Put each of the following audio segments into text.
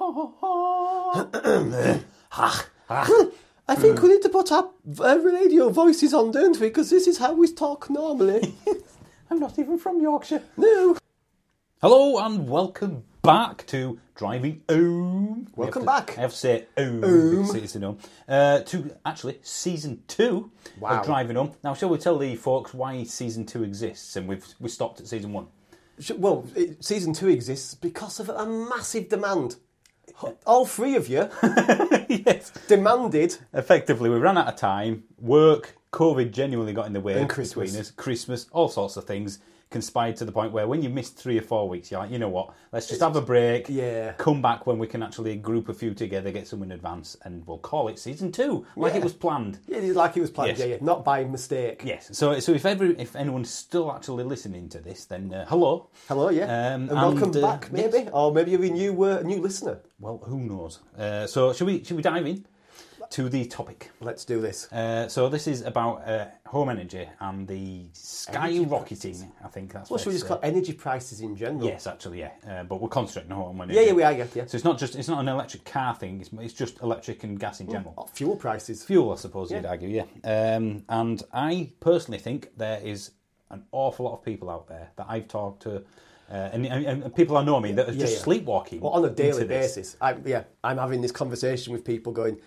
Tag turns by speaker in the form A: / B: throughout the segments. A: Oh,
B: Ah, ah. I think
A: Hmm.
B: we need to put our uh, radio voices on, don't we? Because this is how we talk normally.
A: I'm not even from Yorkshire.
B: no.
A: Hello and welcome back to Driving Home. We
B: Welcome
A: have to-
B: back.
A: I have to say Home. because It's a home. Uh, to actually season two
B: Wow.
A: of Driving Home. Now, shall we tell the folks why season two exists and we've we stopped at season one?
B: Sh- Well, it, season two exists because of a massive demand. H- All three of you
A: yes.
B: demanded
A: Effectively, we ran out of time. Work, COVID genuinely got in the way
B: And
A: between
B: Christmas.
A: us. Christmas, all sorts of things conspired to the point where when you missed three or four weeks, you're like, you know what? Let's just have a break.
B: Yeah.
A: Come back when we can actually group a few together, get some in advance, and we'll call it season two, like
B: Yeah.
A: it was planned.
B: Yeah, it's like it was planned,
A: Yes.
B: yeah, yeah, not by mistake.
A: Yes. So, so if every if anyone's still actually listening to this, then uh, hello.
B: Hello, yeah.
A: Um,
B: and welcome
A: and, uh,
B: back, maybe,
A: yes.
B: or maybe you're a new uh, new listener.
A: Well, who knows? Uh, so, should we should we dive in to the topic?
B: Let's do this.
A: Uh, so this is about uh, home energy and the skyrocketing. I think that's
B: What should we
A: it's,
B: just call
A: uh,
B: energy prices in general?
A: Yes, actually, yeah. Uh, but we're concentrating on home energy.
B: Yeah, yeah, we are. Yeah, yeah.
A: So it's not just it's not an electric car thing. It's, it's just electric and gas in general.
B: Oh, fuel prices.
A: Fuel, I suppose you'd argue, yeah. Um, and I personally think there is an awful lot of people out there that I've talked to, uh, and, and, and people I know me that are just
B: yeah.
A: sleepwalking
B: Well, on a daily
A: into this.
B: basis. I, yeah, I'm having this conversation with people going,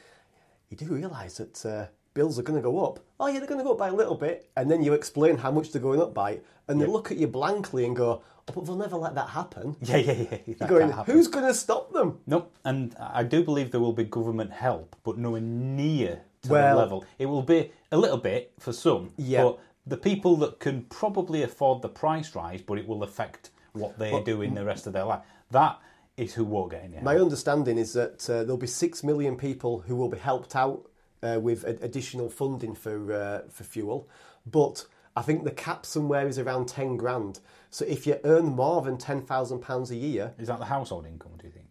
B: you do realise that uh, bills are going to go up. Oh, yeah, they're going to go up by a little bit. And then you explain how much they're going up by, and they look at you blankly and go, oh, but they'll never let that happen.
A: Yeah, yeah, yeah. That can't
B: Going,
A: happen.
B: who's going to stop them?
A: No, and I do believe there will be government help, but nowhere near to
B: Well-
A: the level. It will be a little bit for some,
B: Yeah.
A: but the people that can probably afford the price rise, but it will affect what they do in the rest of their life. That is who will get in there.
B: My understanding is that uh, there'll be six million people who will be helped out uh, with ad- additional funding for uh, for fuel, but I think the cap somewhere is around ten grand. So if you earn more than ten thousand pounds a year,
A: Is that the household income? Do you think?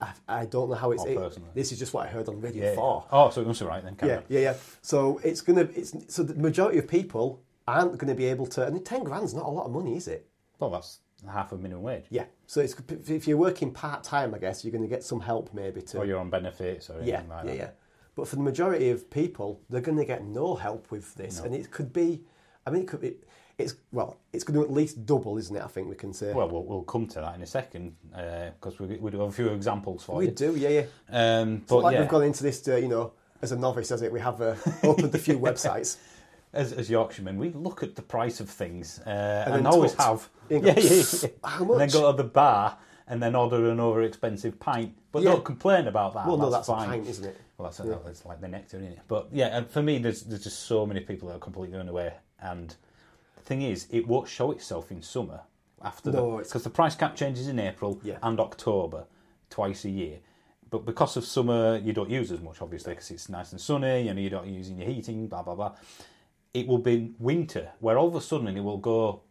B: I, I don't know how it's.
A: Oh,
B: it-
A: personally.
B: this is just what I heard on Radio
A: Yeah.
B: Four.
A: Oh, so it must be right then. carry
B: Yeah,
A: on.
B: yeah, yeah. So it's gonna. It's so the majority of people aren't going to be able to. And ten grand's not a lot of money, is it?
A: Well, that's half a minimum wage.
B: Yeah. So it's if you're working part time, I guess you're going to get some help maybe to
A: Or you're on benefits or anything
B: Yeah,
A: Oh, like
B: yeah,
A: that.
B: yeah. But for the majority of people, they're going to get no help with this, and it could be. I mean, it could be. It's well, it's going to at least double, isn't it? I think we can say.
A: Well, we'll, we'll come to that in a second because we, we do have a few examples for
B: we
A: you.
B: do, yeah, yeah.
A: Um, but
B: like
A: yeah.
B: we've gone into this, to, you know, as a novice, as it, we have uh, opened a few websites.
A: as, as Yorkshiremen, we look at the price of things uh, and,
B: then
A: always
B: tut.
A: have.
B: You go,
A: yeah, yeah, yeah.
B: "How
A: And then
B: much?"
A: go to the bar and then order an over expensive pint, but
B: Yeah.
A: don't complain about that.
B: Well, no, that's a
A: fine.
B: pint, isn't it?
A: Well, that's, that's like the nectar, isn't it? But yeah, and for me, there's there's just so many people that are completely unaware. And the thing is, it won't show itself in summer after the
B: No, it's-
A: because the price cap changes in April
B: Yeah.
A: and October twice a year. But because of summer, you don't use as much, obviously, because it's nice and sunny. You know, you're not using your heating, blah blah blah. It will be winter, where all of a sudden it will go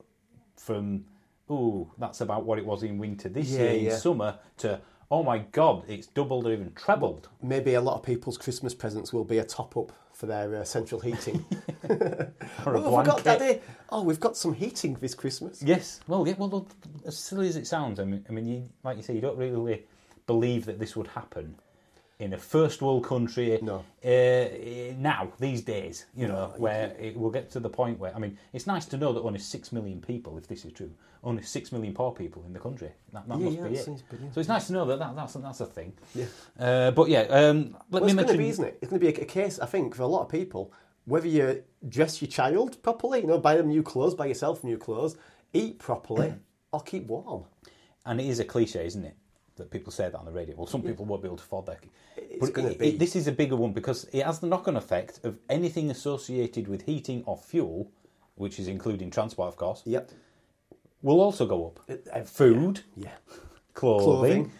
A: from "ooh, that's about what it was in winter this
B: Yeah,
A: year in
B: yeah.
A: summer" to "oh my god, it's doubled or even trebled."
B: Maybe a lot of people's Christmas presents will be a top up for their uh, central heating.
A: Or a
B: oh, I
A: blanket.
B: forgot, Daddy. Oh, we've got some heating this Christmas.
A: Yes. Well, yeah, well, look, as silly as it sounds, I mean, I mean, you, like you say, you don't really believe that this would happen in a first world country.
B: No.
A: Uh, eh, now, these days, you know, where it will get to the point where I mean, it's nice to know that only six million people, if this is true, only six million poor people in the country. That, that
B: Yeah,
A: must
B: yeah,
A: be
B: that
A: it.
B: seems brilliant.
A: So it's nice to know that, that that's that's a thing.
B: Yeah.
A: Uh, but yeah, um, let
B: Well,
A: me
B: it's going
A: mention.
B: to be, isn't it? It's going to be a, a case, I think, for a lot of people, whether you dress your child properly, you know, buy them new clothes, buy yourself new clothes, eat properly, or keep warm.
A: and it is a cliche, isn't it? That people say that on the radio. Well, some people won't be able to afford that. But
B: gonna
A: it-
B: be.
A: it- this is a bigger one because it has the knock-on effect of anything associated with heating or fuel, which is including transport, of course,
B: Yep.
A: will also go up.
B: uh,
A: Food,
B: Yeah.
A: clothing,
B: Clothing.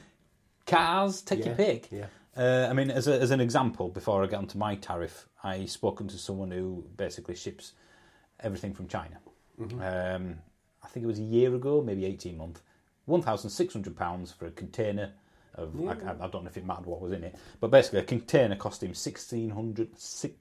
A: cars, take your
B: Yeah,
A: pick.
B: yeah.
A: Uh, I mean, as, a, as an example, before I get onto my tariff, I spoken to someone who basically ships everything from China. Um, I think it was a year ago, maybe 18 months. £1,600 for a container of, I, I- I don't know if it mattered what was in it, but basically a container cost him 1600 si-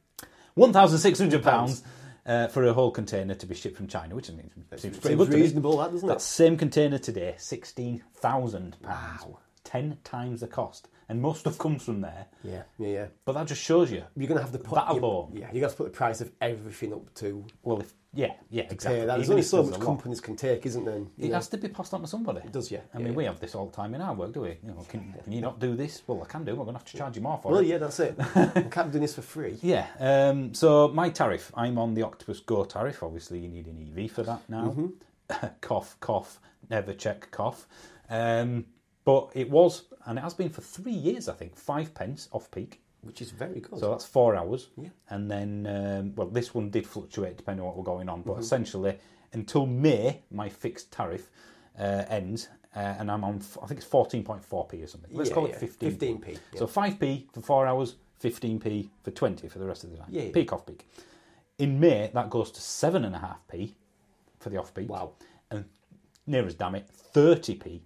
A: £1,600 uh, for a whole container to be shipped from China, which I mean, seems pretty
B: Seems
A: good to me.
B: reasonable, that, doesn't it?
A: That same container today, sixteen thousand pounds. ten times the cost, and most stuff comes from there.
B: Yeah, yeah, yeah.
A: But that just shows you.
B: You're going to have to put
A: That'll
B: you-
A: bore 'em.
B: Yeah, you're going to have to put the price of everything up to
A: Well, if yeah, yeah, exactly.
B: pay that. There's
A: Even
B: only
A: if
B: so
A: there's
B: much
A: a lot.
B: companies can take, isn't there? You
A: It
B: know?
A: has to be passed on to somebody. It
B: does, yeah.
A: I
B: Yeah,
A: mean,
B: yeah.
A: we have this all the time in our work, do we? You know, can, can you not do this? Well, I can do. We're going to have to charge you more for
B: Well,
A: it.
B: yeah, that's it. I can't be doing this for free.
A: Yeah. Um, so my tariff, I'm on the Octopus Go tariff. Obviously, you need an EV for that now.
B: Mm-hmm.
A: cough, cough. Never check cough. Um, but it was, and it has been for three years, I think, five pence off peak.
B: which is very good.
A: So that's four hours.
B: Yeah.
A: And then, um, well, this one did fluctuate depending on what were going on,
B: Mm-hmm.
A: but essentially, until May, my fixed tariff uh, ends, uh, and I'm on, f- I think it's 14.4p or something. Let's
B: Yeah,
A: call it
B: yeah.
A: 15.
B: 15p, yeah.
A: So 5p for four hours, 15p for 20 for the rest of the night.
B: Yeah, yeah.
A: Peak off peak. In May, that goes to 7.5p for the off peak.
B: Wow.
A: And near as damn it, 30p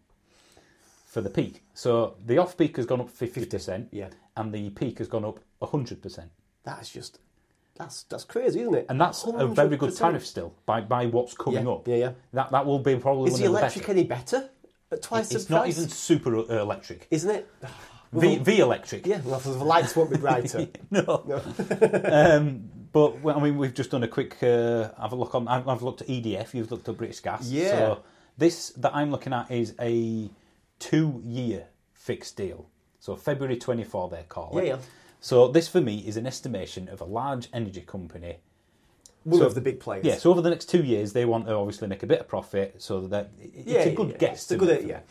A: for the peak. So the off peak has gone up 50%,
B: yeah.
A: and the peak has gone up 100%.
B: that's just that's that's crazy, isn't it?
A: And that's a very good
B: 100%.
A: tariff still by, by what's coming
B: Yeah,
A: up.
B: yeah, yeah.
A: That, that will be probably
B: Is
A: one
B: the
A: of the
B: electric
A: better.
B: any better? At twice the
A: It's
B: price,
A: not even super uh, electric.
B: isn't it?
A: The, the electric.
B: Yeah, well, the lights won't be brighter.
A: No. um, but well, I mean, we've just done a quick uh, have a look on. I've, I've looked at EDF. You've looked at British Gas.
B: Yeah.
A: So this that I'm looking at is a two-year fixed deal. So February 24, they call it.
B: Yeah, yeah.
A: So this for me is an estimation of a large energy company.
B: One
A: So-
B: of the big players.
A: Yeah. So over the next two years, they want to obviously make a bit of profit. So that it- it's
B: Yeah,
A: a
B: yeah,
A: good
B: yeah.
A: guess.
B: It's a
A: to
B: good
A: me.
B: idea.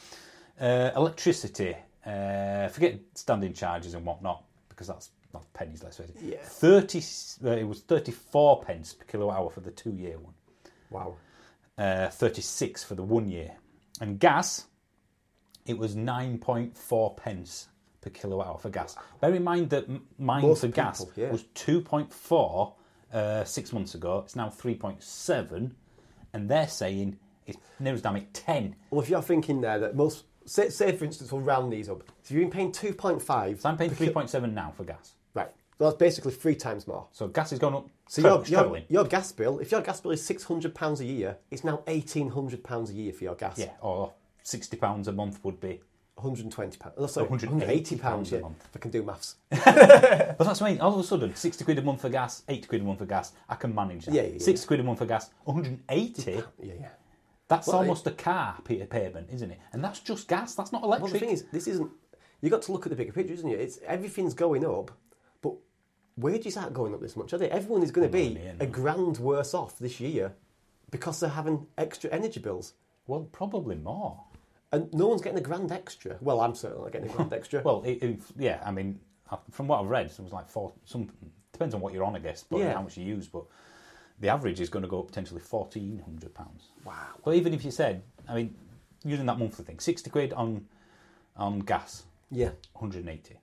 A: Uh, electricity. Uh, forget standing charges and whatnot because that's not pennies. Let's face it.
B: Yeah.
A: Thirty. Uh, it was thirty-four pence per kilowatt hour for the two-year one.
B: Wow.
A: Uh, Thirty-six for the one-year. And gas, it was nine point four pence per kilowatt hour for gas. Bear in mind that m- mine
B: Most
A: for gas
B: people, yeah.
A: was two point four uh, six months ago. It's now three point seven, and they're saying it's near as damn it ten.
B: Well, if you're thinking there that most, say, say for instance, we'll round these up. So you've been paying two point five.
A: So I'm paying three point seven now for gas.
B: Right. So that's basically three times more.
A: So gas is going up.
B: So
A: Stru-
B: your, your,
A: struggling.
B: your gas bill, if your gas bill is six hundred pounds a year, it's now eighteen hundred pounds a year for your gas.
A: yeah, or sixty pounds a month would be.
B: one hundred and twenty pounds. Oh, sorry, one
A: £180
B: hundred and eighty pounds
A: a
B: yeah,
A: month.
B: If I can do maths.
A: But that's what I mean. All of a sudden, sixty quid a month for gas, eighty quid a month for gas. I can manage that.
B: Yeah, yeah, yeah.
A: sixty quid a month for gas, one hundred and eighty.
B: Yeah, yeah.
A: That's
B: Well, it-
A: almost a car pay- payment, isn't it? And that's just gas. That's not electric.
B: Well, the thing is, this isn't. You got to look at the bigger picture, isn't it? It's everything's going up, but wages aren't going up this much, are they? Everyone is going to be
A: yeah,
B: a grand worse off this year because they're having extra energy bills,
A: well, probably more.
B: and no one's getting a grand extra. Well, I'm certainly not getting a grand extra.
A: Well, it, it- yeah. I mean, I- from what I've read, it was like four. Some depends on what you're on, I guess, but
B: Yeah.
A: how much you use. But the average is going to go up potentially fourteen hundred pounds.
B: wow.
A: But even if you said, I mean, using that monthly thing, sixty quid on on gas,
B: Yeah.
A: 180.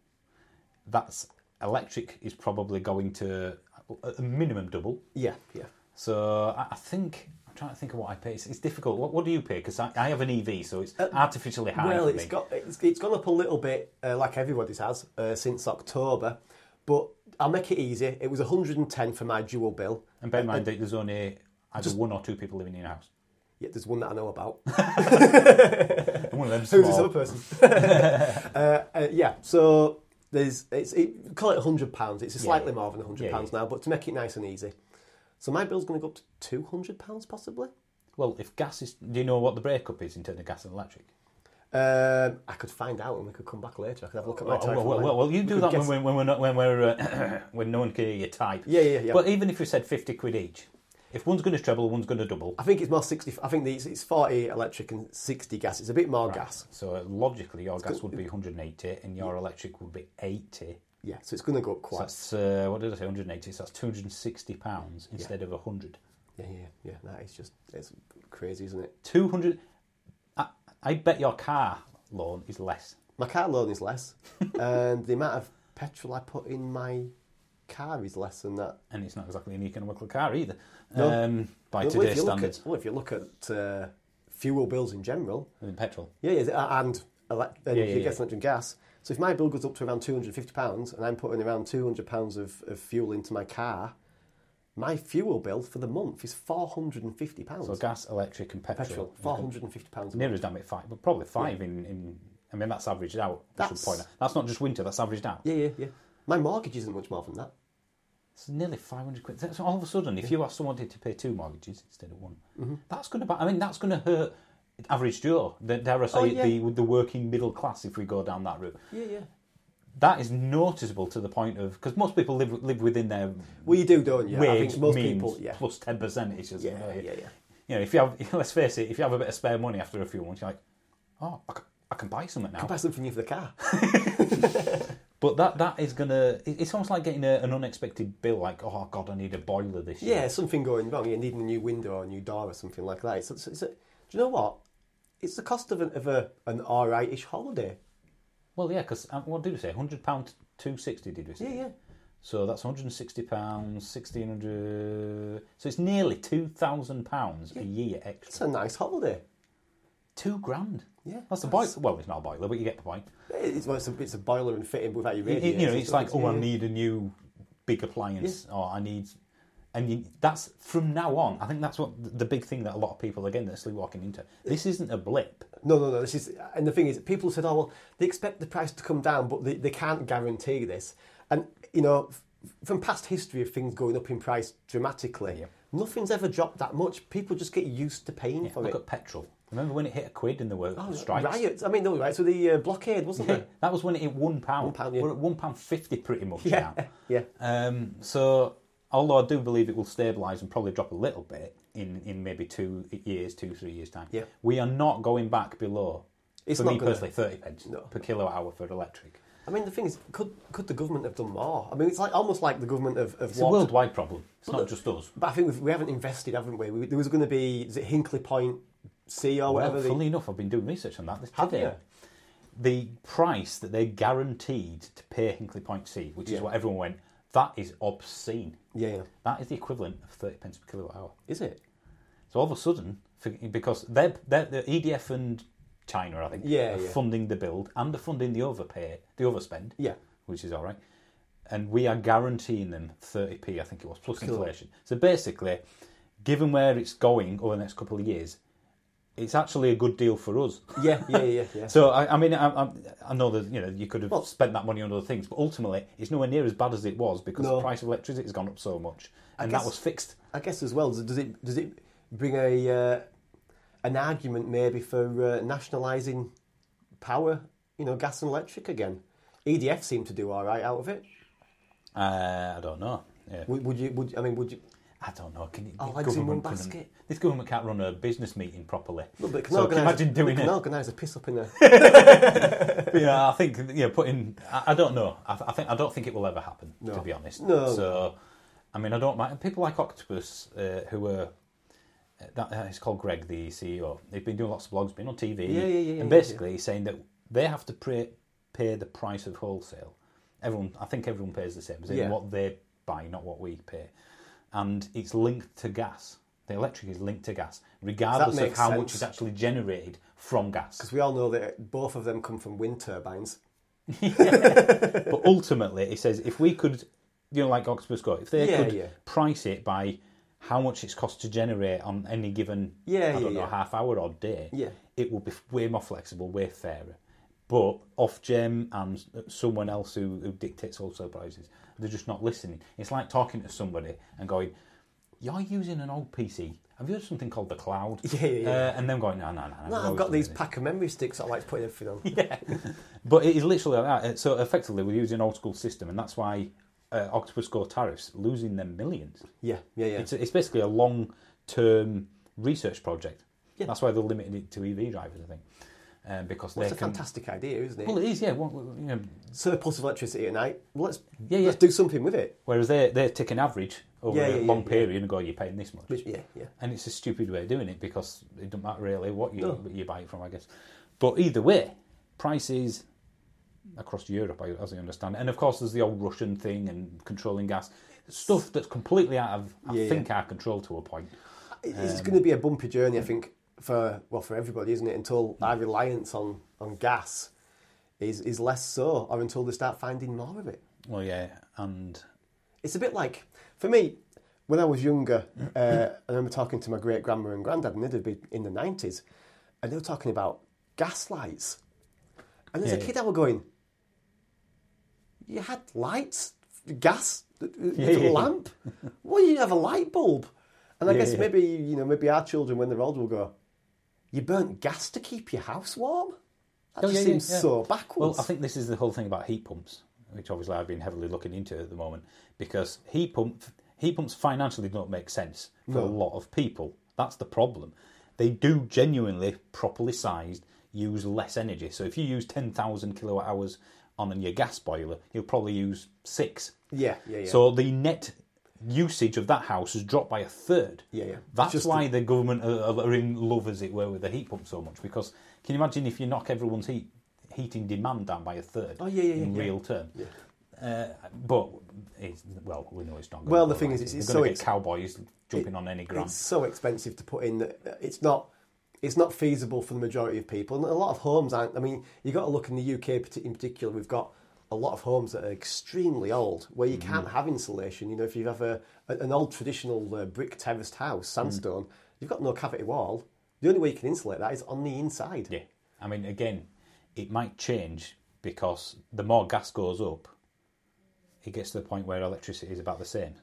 A: That's electric is probably going to a a minimum double.
B: Yeah. Yeah.
A: So I I think I'm trying to think of what I pay. It's, it's difficult. What, what do you pay? Because I, I have an EV, so it's artificially high.
B: Uh, Well,
A: for
B: it's
A: me.
B: got it's, it's gone up a little bit, uh, like everybody's has uh, since October, but I'll make it easy. It was 110 for my dual bill. Uh,
A: and bear in mind that there's only either one or two people living in a house.
B: Yeah, there's one that I know about.
A: And one of them's
B: Who's this
A: small.
B: other person? uh, uh, yeah, so there's it's it, call it hundred pounds. It's slightly
A: yeah.
B: more than hundred
A: Yeah,
B: pounds now, but to make it nice and easy, so my bill's going to go up to two hundred pounds possibly.
A: Well, if gas is, do you know what the breakup is in terms of gas and electric?
B: Um, I could find out and we could come back later. I could have a look at my
A: Well,
B: time.
A: well, well, well, you do
B: could
A: that
B: guess-
A: when, when, when we're not, when we're uh, when no one can hear your type.
B: Yeah, yeah, yeah.
A: But even if we said fifty quid each, if one's going to treble, one's going to double.
B: I think it's more sixty. I think the, it's, it's forty electric and sixty gas. It's a bit more gas.
A: So logically, your gas would be 180, and your electric would be 80.
B: Yeah, so it's going to go up
A: So
B: quite.
A: that's uh, what did I say? 180. So that's 260 pounds instead of 100.
B: yeah, yeah, yeah. That is just it's crazy, isn't it?
A: 200. I, I bet your car loan is less.
B: My car loan is less, and the amount of petrol I put in my car is less than that.
A: And it's not exactly an economical car either,
B: No.
A: um, by
B: Well, if
A: today's
B: you look
A: standards.
B: At, well, if you look at uh, fuel bills in general,
A: I mean, petrol.
B: yeah, yeah and, elec and
A: Yeah,
B: if
A: yeah,
B: you get
A: yeah.
B: electric and gas. So if my bill goes up to around two hundred and fifty pounds, and I'm putting around two hundred pounds of, of fuel into my car, my fuel bill for the month is four hundred and fifty pounds.
A: So gas, electric, and petrol.
B: petrol, four hundred and fifty pounds.
A: Near as damn it, five, but probably five in, in I mean, that's averaged out. That's,
B: That's-
A: point out. that's not just winter, that's averaged out.
B: Yeah, yeah, yeah. My mortgage isn't much more than that.
A: It's nearly 500 quid. That's all of a sudden, if you ask someone to pay two mortgages instead of one,
B: Mm-hmm.
A: that's going to, I mean, that's going to hurt average Joe, the, dare I say,
B: Oh, yeah.
A: the, with the working middle class if we go down that route.
B: Yeah, yeah.
A: That is noticeable to the point of, because most people live live within their
B: Well, you do, don't you? I
A: wage
B: think most
A: means
B: people. Yeah.
A: plus 10% is just,
B: Yeah,
A: you know,
B: yeah, yeah.
A: You know, if you have, let's face it, if you have a bit of spare money after a few months, you're like, oh, I can, I can buy something now.
B: Buy something new for the car.
A: But that that is gonna. it- It's almost like getting a, an unexpected bill. Like, oh god, I need a boiler this year.
B: Yeah, something going wrong. You're needing a new window or a new door or something like that. It's, it's, it's a, do you know what? It's the cost of an, of a, an all right-ish holiday.
A: Well, yeah, because um, what did we say? Hundred pound two sixty. Did we say?
B: Yeah, yeah.
A: So that's one hundred and sixty pounds, sixteen hundred. So it's nearly two thousand pounds a year
B: It's
A: extra.
B: a nice holiday.
A: Two grand.
B: Yeah,
A: that's a boiler. Well, it's not a boiler, but you get the point.
B: It's, well, it's, a, it's a boiler and fitting without your
A: It- it-
B: radiator.
A: you know, it's like, oh, I
B: yeah.
A: need a new big appliance, or I need, and you, that's from now on. I think that's what the- the big thing that a lot of people again that's sleepwalking into. This isn't a blip.
B: No, no, no. This is, and the thing is, people said, "Oh well, they expect the price to come down, but they, they can't guarantee this." And you know, f- from past history of things going up in price dramatically,
A: Yeah.
B: nothing's ever dropped that much. People just get used to paying for
A: Look
B: it.
A: at petrol. Remember when it hit a quid in the work
B: Oh,
A: strikes?
B: Riots. I mean, no, right. So the uh, blockade wasn't
A: Yeah,
B: it?
A: that was when it hit one pound.
B: pound, yeah.
A: We're at one pound fifty pretty much
B: Yeah,
A: now.
B: yeah.
A: Um, so, although I do believe it will stabilise and probably drop a little bit in, in maybe two years, two three years time.
B: Yeah.
A: We are not going back below.
B: It's
A: for
B: not
A: me
B: gonna-
A: personally, thirty pence
B: No.
A: per kilowatt hour for electric.
B: I mean, the thing is, could could the government have done more? I mean, it's like almost like the government of of
A: It's a worldwide problem. It's not just us.
B: But I think we've, we haven't invested, haven't we? we there was going to be is it Hinkley Point C or whatever.
A: Well,
B: the-
A: funnily enough, I've been doing research on that this
B: Have
A: today.
B: you?
A: The price that they're guaranteed to pay Hinkley Point C, which
B: Yeah.
A: is what everyone went, that is obscene.
B: yeah, yeah.
A: That is the equivalent of 30 pence per kilowatt hour.
B: Is it?
A: So all of a sudden, for- because they're, they're, the EDF and China, I think,
B: Yeah,
A: are
B: yeah.
A: funding the build and are funding the overpay, the overspend,
B: Yeah.
A: which is all right. And we are guaranteeing them 30p, I think it was, plus inflation. So basically, given where it's going over the next couple of years, it's actually a good deal for us.
B: Yeah, yeah, yeah, yeah.
A: So I, I mean, I, I, I know that you know you could have
B: Well-
A: spent that money on other things, but ultimately it's nowhere near as bad as it was because
B: No.
A: the price of electricity has gone up so much, and
B: guess-
A: that was fixed.
B: I guess as well. Does it does it bring a uh, an argument maybe for uh, nationalising power? You know, gas and electric again. EDF seem to do all right out of it.
A: Uh, I don't know. Yeah.
B: Would, would you? Would I mean? Would you?
A: I don't know. Can you,
B: All
A: the
B: eggs in one
A: couldn't-
B: basket.
A: This government can't run a business meeting properly.
B: Well, they can
A: so
B: organise-
A: imagine
B: they
A: doing
B: can
A: it.
B: organise a piss up in a.
A: yeah, I think yeah, putting. I, I don't know. I, th- I think I don't think it will ever happen. To be honest,
B: No.
A: So, I mean, I don't mind. People like Octopus, uh, who were that uh, he's called Greg, the CEO. They've been doing lots of blogs, been on TV,
B: Yeah, yeah, yeah, yeah,
A: and basically he's saying that they have to pay, pay the price of wholesale. Everyone, I think everyone pays the same. As in
B: Yeah.
A: what they buy, not what we pay, and it's linked to gas. The electric is linked to gas, regardless of
B: makes
A: how much
B: sense.
A: is actually generated from gas.
B: Because we all know that both of them come from wind turbines.
A: But ultimately, it says if we could, you know, like Octopus Go, if they
B: Yeah,
A: could
B: yeah.
A: price it by how much it's cost to generate on any given,
B: Yeah,
A: I don't
B: yeah,
A: know,
B: yeah.
A: half hour or day,
B: Yeah.
A: it will be way more flexible, way fairer. But off gem and uh, someone else who, who dictates wholesale prices, they're just not listening. It's like talking to somebody and going, "You're using an old PC. Have you heard something called the cloud?"
B: Yeah, yeah, yeah.
A: Uh, and them going, "No, no, no. no
B: No,
A: we're
B: I've
A: always
B: got
A: doing
B: these
A: this."
B: pack of memory sticks. that I like to put everything on.
A: But it is literally like that. So effectively, we're using an old school system, and that's why uh, Octopus Go tariffs losing them millions.
B: Yeah, yeah, yeah.
A: It's, it's basically a long term research project.
B: Yeah.
A: That's why they're limiting it to EV drivers, I think, um, because
B: It's
A: they
B: a
A: can.
B: fantastic idea, isn't it?
A: Well, it is, yeah. Well, well, you know,
B: Surplus electricity at night. Let's
A: Yeah, yeah.
B: let's do something with it.
A: whereas they they take an average over
B: Yeah,
A: a
B: yeah,
A: long
B: yeah,
A: period and go, "You're paying this much,"
B: Which, yeah, yeah.
A: and it's a stupid way of doing it because it doesn't matter really what you
B: No.
A: you buy it from, I guess. But either way, prices across Europe, I- as I understand, it. and of course there's the old Russian thing and controlling gas stuff that's completely out of I
B: Yeah, yeah.
A: think our control to a point.
B: It- It's going to be a bumpy journey, I think, for well for everybody, isn't it? Until our reliance on, on gas is is less so, or until they start finding more of it.
A: Well, yeah, and
B: It's a bit like for me when I was younger. Uh, I remember talking to my great grandma and granddad, and they'd be in the nineties, and they were talking about gas lights. And as a
A: Yeah.
B: kid, I was going, you had lights, gas,
A: Yeah,
B: a
A: yeah, yeah.
B: lamp. Why do you have a light bulb? And I
A: Yeah,
B: guess
A: yeah.
B: maybe you know, maybe our children when they're old will go, you burnt gas to keep your house warm. That
A: Oh,
B: just
A: yeah, yeah,
B: seems
A: yeah.
B: so backwards.
A: Well, I think this is the whole thing about heat pumps, which obviously I've been heavily looking into at the moment, because heat pump heat pumps financially don't make sense for a lot of people. That's the problem. They do genuinely properly sized use less energy. So if you use ten thousand kilowatt hours on your gas boiler, you'll probably use six.
B: yeah, yeah, yeah.
A: So the net usage of that house has dropped by a third.
B: Yeah, yeah.
A: That's
B: Just
A: why the government are, are in love, as it were, with the heat pump so much. Because can you imagine if you knock everyone's heat heating demand down by a third?
B: Oh, yeah, yeah, yeah,
A: in
B: yeah.
A: real terms. Uh, but it's, well, we know it's not. Gonna
B: Well,
A: go
B: the thing
A: like
B: is,
A: it. They're
B: it's- it's
A: gonna
B: so
A: get
B: ex-
A: cowboys jumping on any
B: It's
A: grant.
B: so expensive to put in that uh, it's not it's not feasible for the majority of people. And a lot of homes aren't. I mean, you got to look in the UK parti- in particular. We've got a lot of homes that are extremely old where you can't
A: Mm-hmm.
B: have insulation. You know, if you have a, a- an old traditional uh, brick terraced
A: Mm.
B: house, sandstone, you've got no cavity wall. The only way you can insulate that is on the inside.
A: Yeah, I mean, again, it might change because the more gas goes up, it gets to the point where electricity is about the same.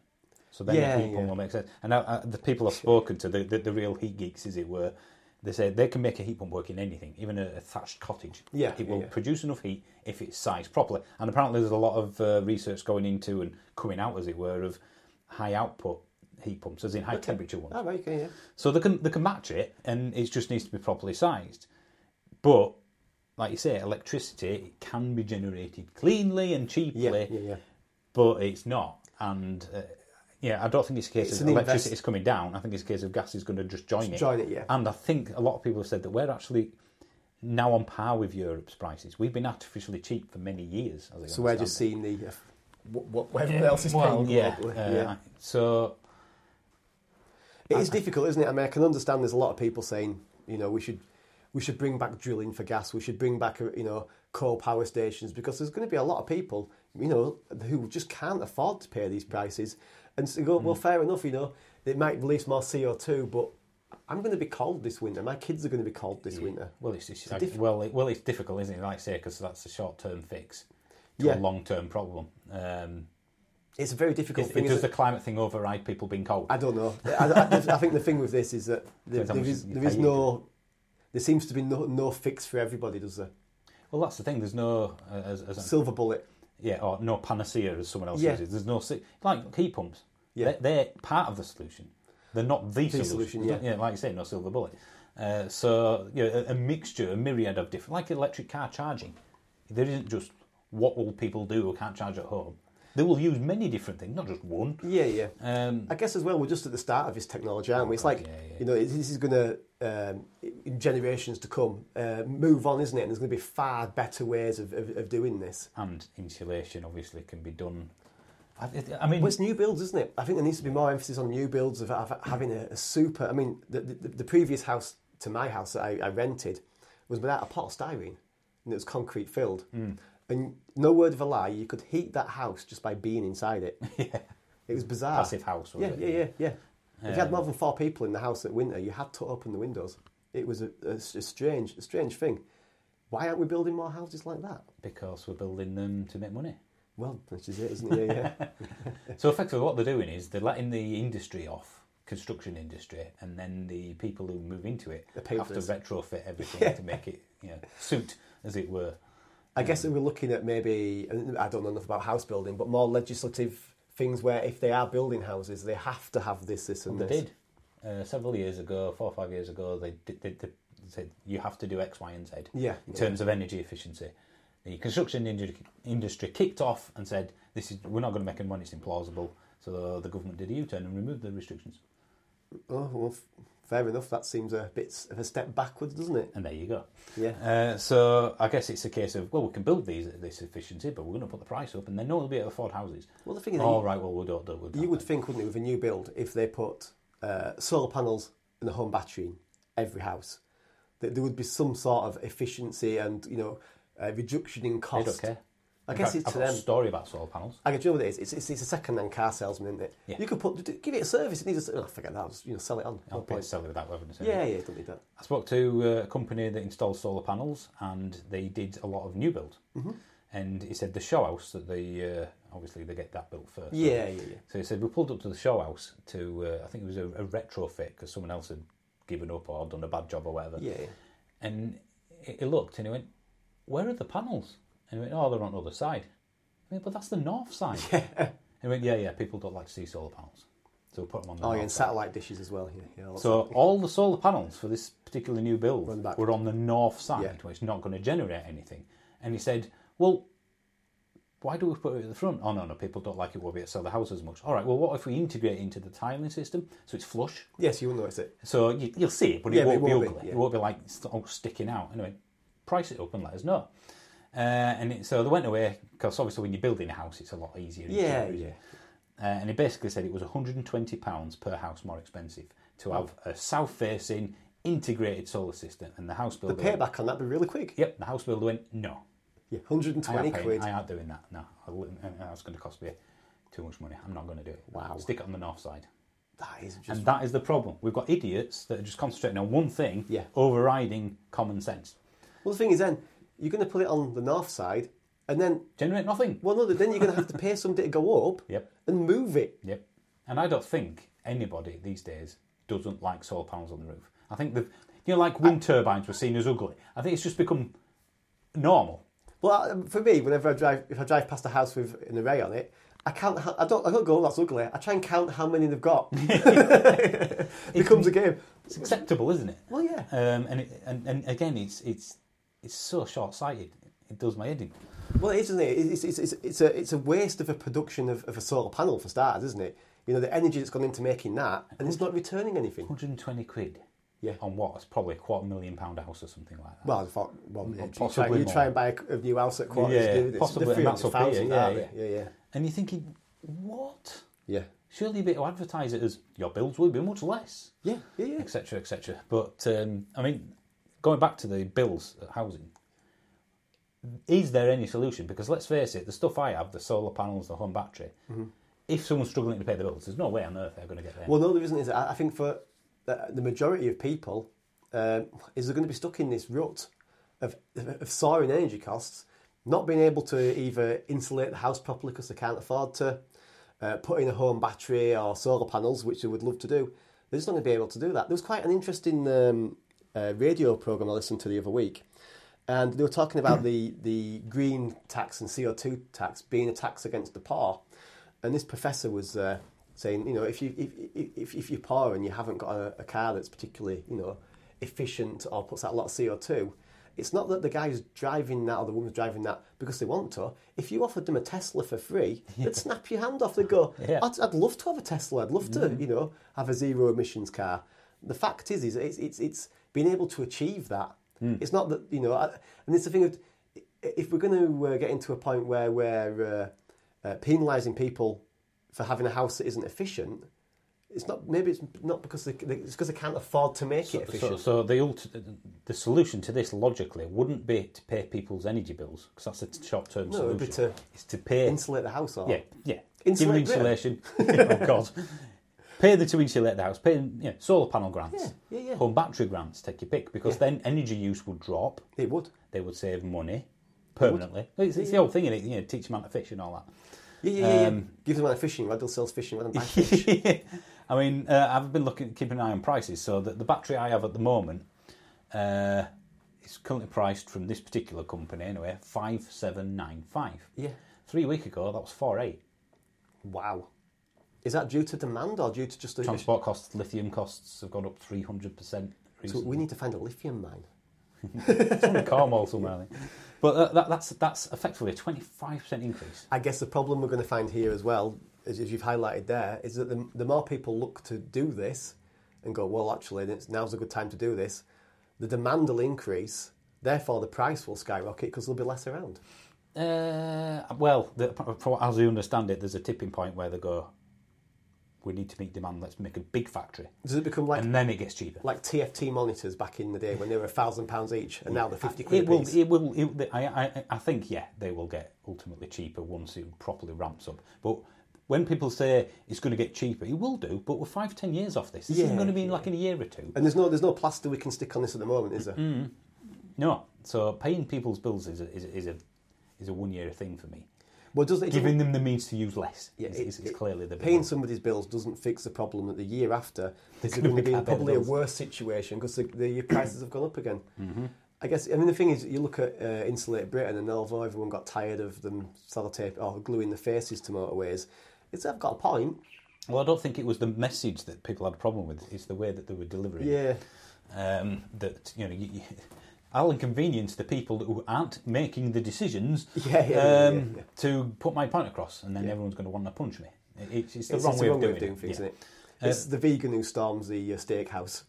A: So then
B: Yeah,
A: the heat pump
B: yeah.
A: will make sense. And I, I, the people I've spoken to, the, the, the real heat geeks, as it were, they say they can make a heat pump work in anything, even a, a thatched cottage.
B: Yeah,
A: it
B: yeah,
A: will
B: yeah.
A: produce enough heat if it's sized properly. And apparently, there's a lot of uh, research going into and coming out, as it were, of high output heat pumps, as in high temperature ones.
B: All Ah, right, okay, yeah.
A: So they can they can match it, and it just needs to be properly sized. But like you say, electricity it can be generated cleanly and cheaply,
B: Yeah, yeah, yeah.
A: but it's not. And uh, yeah, I don't think it's a case
B: It's
A: of
B: an
A: electricity is
B: invest-
A: coming down. I think it's a case of gas is going to just join it.
B: join it, yeah.
A: And I think a lot of people have said that we're actually now on par with Europe's prices. We've been artificially cheap for many years. As I
B: So we're
A: understand
B: just seeing the uh, what, what, what everyone else is paying
A: well, yeah,
B: globally.
A: uh, So
B: It is difficult, isn't it? I mean, I can understand there's a lot of people saying, you know, we should we should bring back drilling for gas. We should bring back, uh, you know, coal power stations because there's going to be a lot of people, you know, who just can't afford to pay these prices. And so go, well, fair enough, you know, it might release more CO2, but I'm going to be cold this winter. My kids are going to be cold this winter.
A: Well, it's, it's,
B: a
A: like-
B: diff-
A: well, it, well, it's difficult, isn't it? Like I say, because that's a short-term fix to
B: Yeah.
A: a long-term problem. Um,
B: It's a very difficult
A: is-
B: thing.
A: does
B: isn't
A: the
B: it?
A: climate thing override people being cold?
B: I don't know. I, I, I think the thing with this is that there,
A: Depends how
B: there
A: much
B: is
A: you
B: there is
A: pay.
B: no there seems to be no no fix for everybody, does there?
A: well, that's the thing. There's no, uh, as, as a-
B: Silver bullet.
A: yeah, or no panacea, as someone else
B: Yeah.
A: uses. There's no si- like heat pumps.
B: Yeah.
A: They're, they're part of the solution. They're not the, solution.
B: solution, yeah.
A: like you say, no silver bullet. Uh, so you know, a, a mixture, a myriad of different, like electric car charging. There isn't just what will people do who can't charge at home. They will use many different things, not just one.
B: Yeah, yeah.
A: Um,
B: I guess as well, we're just at the start of this technology, aren't we? It's like,
A: Oh, yeah, yeah.
B: you know, it- this is going to, um, in generations to come, uh, move on, isn't it? And there's going to be far better ways of, of, of doing this.
A: and insulation obviously can be done. I, I mean,
B: Well, it's new builds, isn't it? I think there needs to be more emphasis on new builds of, of having a, a super. I mean, the, the, the previous house to my house that I, I rented was without a pot of styrene and it was concrete filled.
A: Hmm.
B: And no word of a lie, you could heat that house just by being inside it. yeah. It was bizarre.
A: passive house. was
B: Yeah,
A: it?
B: yeah, yeah, yeah. If you had
A: Um,
B: more than four people in the house at winter, you had to open the windows. It was a, a s- a strange, a strange thing. Why aren't we building more houses like that?
A: Because we're building them to make money.
B: Well, which is it, isn't it? Yeah, yeah.
A: so effectively, what they're doing is they're letting the industry off, construction industry, and then the people who move into it
B: They pay
A: have
B: for
A: to
B: this.
A: retrofit everything to make it you know, suit, as it were.
B: I guess that we're looking at maybe I don't know enough about house building, but more legislative things where if they are building houses, they have to have this, this, and
A: They
B: this.
A: did uh, several years ago, four or five years ago. They, did, they, they said you have to do X, Y, and Z.
B: Yeah,
A: in
B: yeah.
A: terms of energy efficiency. The construction indu- industry kicked off and said, "This is we're not going to make any money. It's implausible." So the government did a U-turn and removed the restrictions.
B: Oh well, f- fair enough. That seems a bit s- of a step backwards, doesn't it?
A: And there you go.
B: Yeah.
A: Uh, so I guess it's a case of well, we can build these at this efficiency, but we're going to put the price up, and then no one will be able to afford houses.
B: Well, the thing is,
A: all
B: you-
A: right, well, we don't do. We
B: You would think, wouldn't it, with a new build, if they put uh, solar panels and a home battery in every house, that there would be some sort of efficiency and you know uh, reduction in cost.
A: care.
B: I
A: In
B: guess
A: fact,
B: it's
A: I've
B: to
A: got a
B: them.
A: story about solar panels.
B: I can do you know what it is. It's, it's, it's a second-hand car salesman, isn't it?
A: Yeah.
B: You could put, d- give it a service. It needs a. Oh, forget that. I'll just, you know, sell it on. No
A: I'll probably
B: point.
A: sell it without evidence. anyway.
B: Yeah, yeah, don't need that.
A: I spoke to uh, a company that installs solar panels, and they did a lot of new build.
B: Mm-hmm.
A: And he said the show house that they uh, obviously they get that built first. don't
B: Yeah,
A: they?
B: yeah, yeah.
A: So he said we pulled up to the show house to uh, I think it was a, a retrofit because someone else had given up or done a bad job or whatever.
B: Yeah, yeah.
A: And he he looked and he went, "Where are the panels?" And he went, "Oh, they're on the other side." I went, "But that's the north side." Yeah. And he went, "Yeah, yeah. People don't like to see solar panels, so we put them on the
B: Oh,
A: north
B: yeah, and
A: side."
B: satellite dishes as well. Yeah, yeah. all that
A: So all the solar panels for this particular new build
B: Run back.
A: were on the north side,
B: Yeah.
A: where it's not going to generate anything. And he said, "Well, why do we put it at the front? Oh no, no, people don't like it. We'll be able to sell the house as much. All right. Well, what if we integrate it into the tiling system so it's flush?
B: Yes, you will notice it.
A: So you, you'll see it, but
B: Yeah,
A: it
B: but
A: won't
B: it
A: be
B: won't be,
A: ugly.
B: yeah.
A: It won't be like st- all sticking out. Anyway, price it up and let us know." Uh, and it, so they went away because obviously when you're building a house, it's a lot easier. and
B: Yeah,
A: cheaper, isn't
B: yeah.
A: it? Uh, and he basically said it was 120 pounds per house more expensive to have
B: Oh.
A: a south facing integrated solar system. And the house builder, went,
B: Payback on that would be really quick.
A: yep, the house builder went, no,
B: Yeah,
A: I ain't,
B: 120
A: paying-
B: quid.
A: I ain't doing that. No, I wouldn't- uh, that's going to cost me too much money. I'm not going to do it.
B: Wow.
A: Stick it on the north side.
B: That is just.
A: And that is the problem. We've got idiots that are just concentrating on one thing,
B: Yeah.
A: overriding common sense.
B: Well, the thing is, then you're going to put it on the north side, and then
A: Generate nothing.
B: well, no, then you're going to have to pay somebody to go up
A: Yep.
B: and move it.
A: Yep. And I don't think anybody these days doesn't like solar panels on the roof. I think the you know, like wind turbines were seen as ugly. I think it's just become normal.
B: Well, um, for me, whenever I drive, if I drive past a house with an array on it, I count. ho- I don't. I don't go. That's ugly. I try and count how many they've got. Becomes a game.
A: It's acceptable, isn't it?
B: Well, yeah.
A: Um, and, it, and and again, it's it's it's so short sighted. It does my head in.
B: Well, it is, isn't it? It's, it's, it's, it's, a, it's a waste of a production of, of a solar panel for starters, isn't it? You know, the energy that's gone into making that, and it's not returning anything.
A: 120 quid.
B: Yeah.
A: On what? It's probably a quarter million pound house or something like that.
B: Well, I thought, well, you try,
A: possibly
B: you try
A: more.
B: and buy a, a new house at quarter.
A: Yeah,
B: it's,
A: possibly,
B: the
A: and that's up here,
B: 300,000,
A: yeah,
B: aren't they?
A: yeah.
B: yeah, yeah,
A: And you're thinking, what?
B: yeah,
A: Surely you'd be able to advertise it as your bills will be much less.
B: yeah, yeah, yeah.
A: etc., etc. But um, I mean, going back to the bills at housing, is there any solution? Because let's face it, the stuff I have, the solar panels, the home battery, if someone's struggling to pay the bills, there's no way on earth they're going to get there.
B: Well, no, there isn't. Is I I think for uh, the the majority of people, um is they're going to be stuck in this rut of, of soaring energy costs, not being able to either insulate the house properly because they can't afford to, uh, put in a home battery or solar panels, which they would love to do. They're just not going to be able to do that. There was quite an interesting um, uh, radio program I listened to the other week. And they were talking about the, the green tax and CO2 tax being a tax against the poor. And this professor was uh, saying, you know, if, you, if, if, if you're poor and you haven't got a, a car that's particularly, you know, efficient or puts out a lot of CO2, it's not that the guy who's driving that or the woman who's driving that because they want to. If you offered them a Tesla for free, they'd snap your hand off. They'd go,
A: Yeah.
B: I'd, I'd love to have a Tesla. I'd love to, you know, have a zero emissions car. The fact is, is it's, it's, it's being able to achieve that. It's not that, you know, I, and it's the thing of, if we're going to uh, get into a point where we're uh, uh, penalising people for having a house that isn't efficient, it's not, maybe it's not because they, they- it's because they can't afford to make it efficient.
A: so, so the, ulti- the- the solution to this logically wouldn't be to pay people's energy bills because that's a short term
B: No,
A: solution.
B: it'd be to
A: it's to pay
B: insulate the house or
A: Yeah, yeah. Give them
B: Oh. Insulate Britain.
A: insulation. oh God. Pay the to insulate the house. Pay them, you know, solar panel grants.
B: Yeah, yeah, yeah.
A: Home battery grants. Take your pick, because then energy use would drop.
B: It would.
A: They would save money permanently. It's, it's the old thing, is it? You know, teach them how to fish and all
B: Yeah, yeah, yeah. yeah.
A: Um,
B: Give them a fishing rod, they'll sell fishing rod and buy fish.
A: that. I mean, uh, I've been looking, keeping an eye on prices. So the, the battery I have at the moment uh, is currently priced from this particular company anyway, five seven nine five.
B: Yeah.
A: Three week ago, that was four eight.
B: Wow. Is that due to demand or due to just a,
A: Transport costs, lithium costs have gone up 300%
B: So
A: recently.
B: we need to find a lithium mine.
A: It's on a Carmel somewhere, I think. But uh, that, that's, that's effectively a 25% increase.
B: I guess the problem we're going to find here as well, as, as you've highlighted there, is that the, the more people look to do this and go, well, actually, it's- now's a good time to do this, the demand will increase. Therefore, the price will skyrocket because there'll be less around.
A: Uh, well, the, for- as you understand it, there's a tipping point where they go, we need to meet demand. Let's make a big factory,
B: Does it become like
A: and then it gets cheaper.
B: like TFT monitors back in the day when they were a thousand pounds each, and now they're fifty quid
A: It
B: a
A: will.
B: piece?
A: It will. It, I, I. I think yeah, they will get ultimately cheaper once it properly ramps up. But when people say it's going to get cheaper, it will do. But we're five, ten years off this. This
B: Yeah,
A: isn't going to be in like in a year or two.
B: And there's no there's no plaster we can stick on this at the moment, is there?
A: Mm. No. So paying people's bills is a, is a, is a is a one year thing for me.
B: Well, does it
A: Giving them the means to use less
B: Yeah,
A: is,
B: it-
A: is, is
B: it-
A: clearly the big
B: paying
A: one.
B: somebody's bills doesn't fix the problem that the year after there's
A: gonna
B: going to
A: be
B: be
A: bad
B: probably a
A: bills.
B: worse situation because the, the prices have gone up again.
A: Mm-hmm.
B: I guess. I mean, the thing is, you look at uh, Insulate Britain, and although everyone got tired of them sellotape or gluing the faces to motorways, it's I've got a point.
A: Well, I don't think it was the message that people had a problem with. It's the way that they were delivering. it.
B: Yeah.
A: um, that you know you, you, I'll inconvenience the people who aren't making the decisions
B: Yeah, yeah, yeah,
A: um,
B: yeah, yeah.
A: to put my point across, and then everyone's going to want to punch me. It- It's, it's the wrong,
B: it's
A: way,
B: the wrong
A: of doing
B: way of doing
A: it.
B: things,
A: yeah.
B: isn't it? It's the vegan who storms the uh, steakhouse.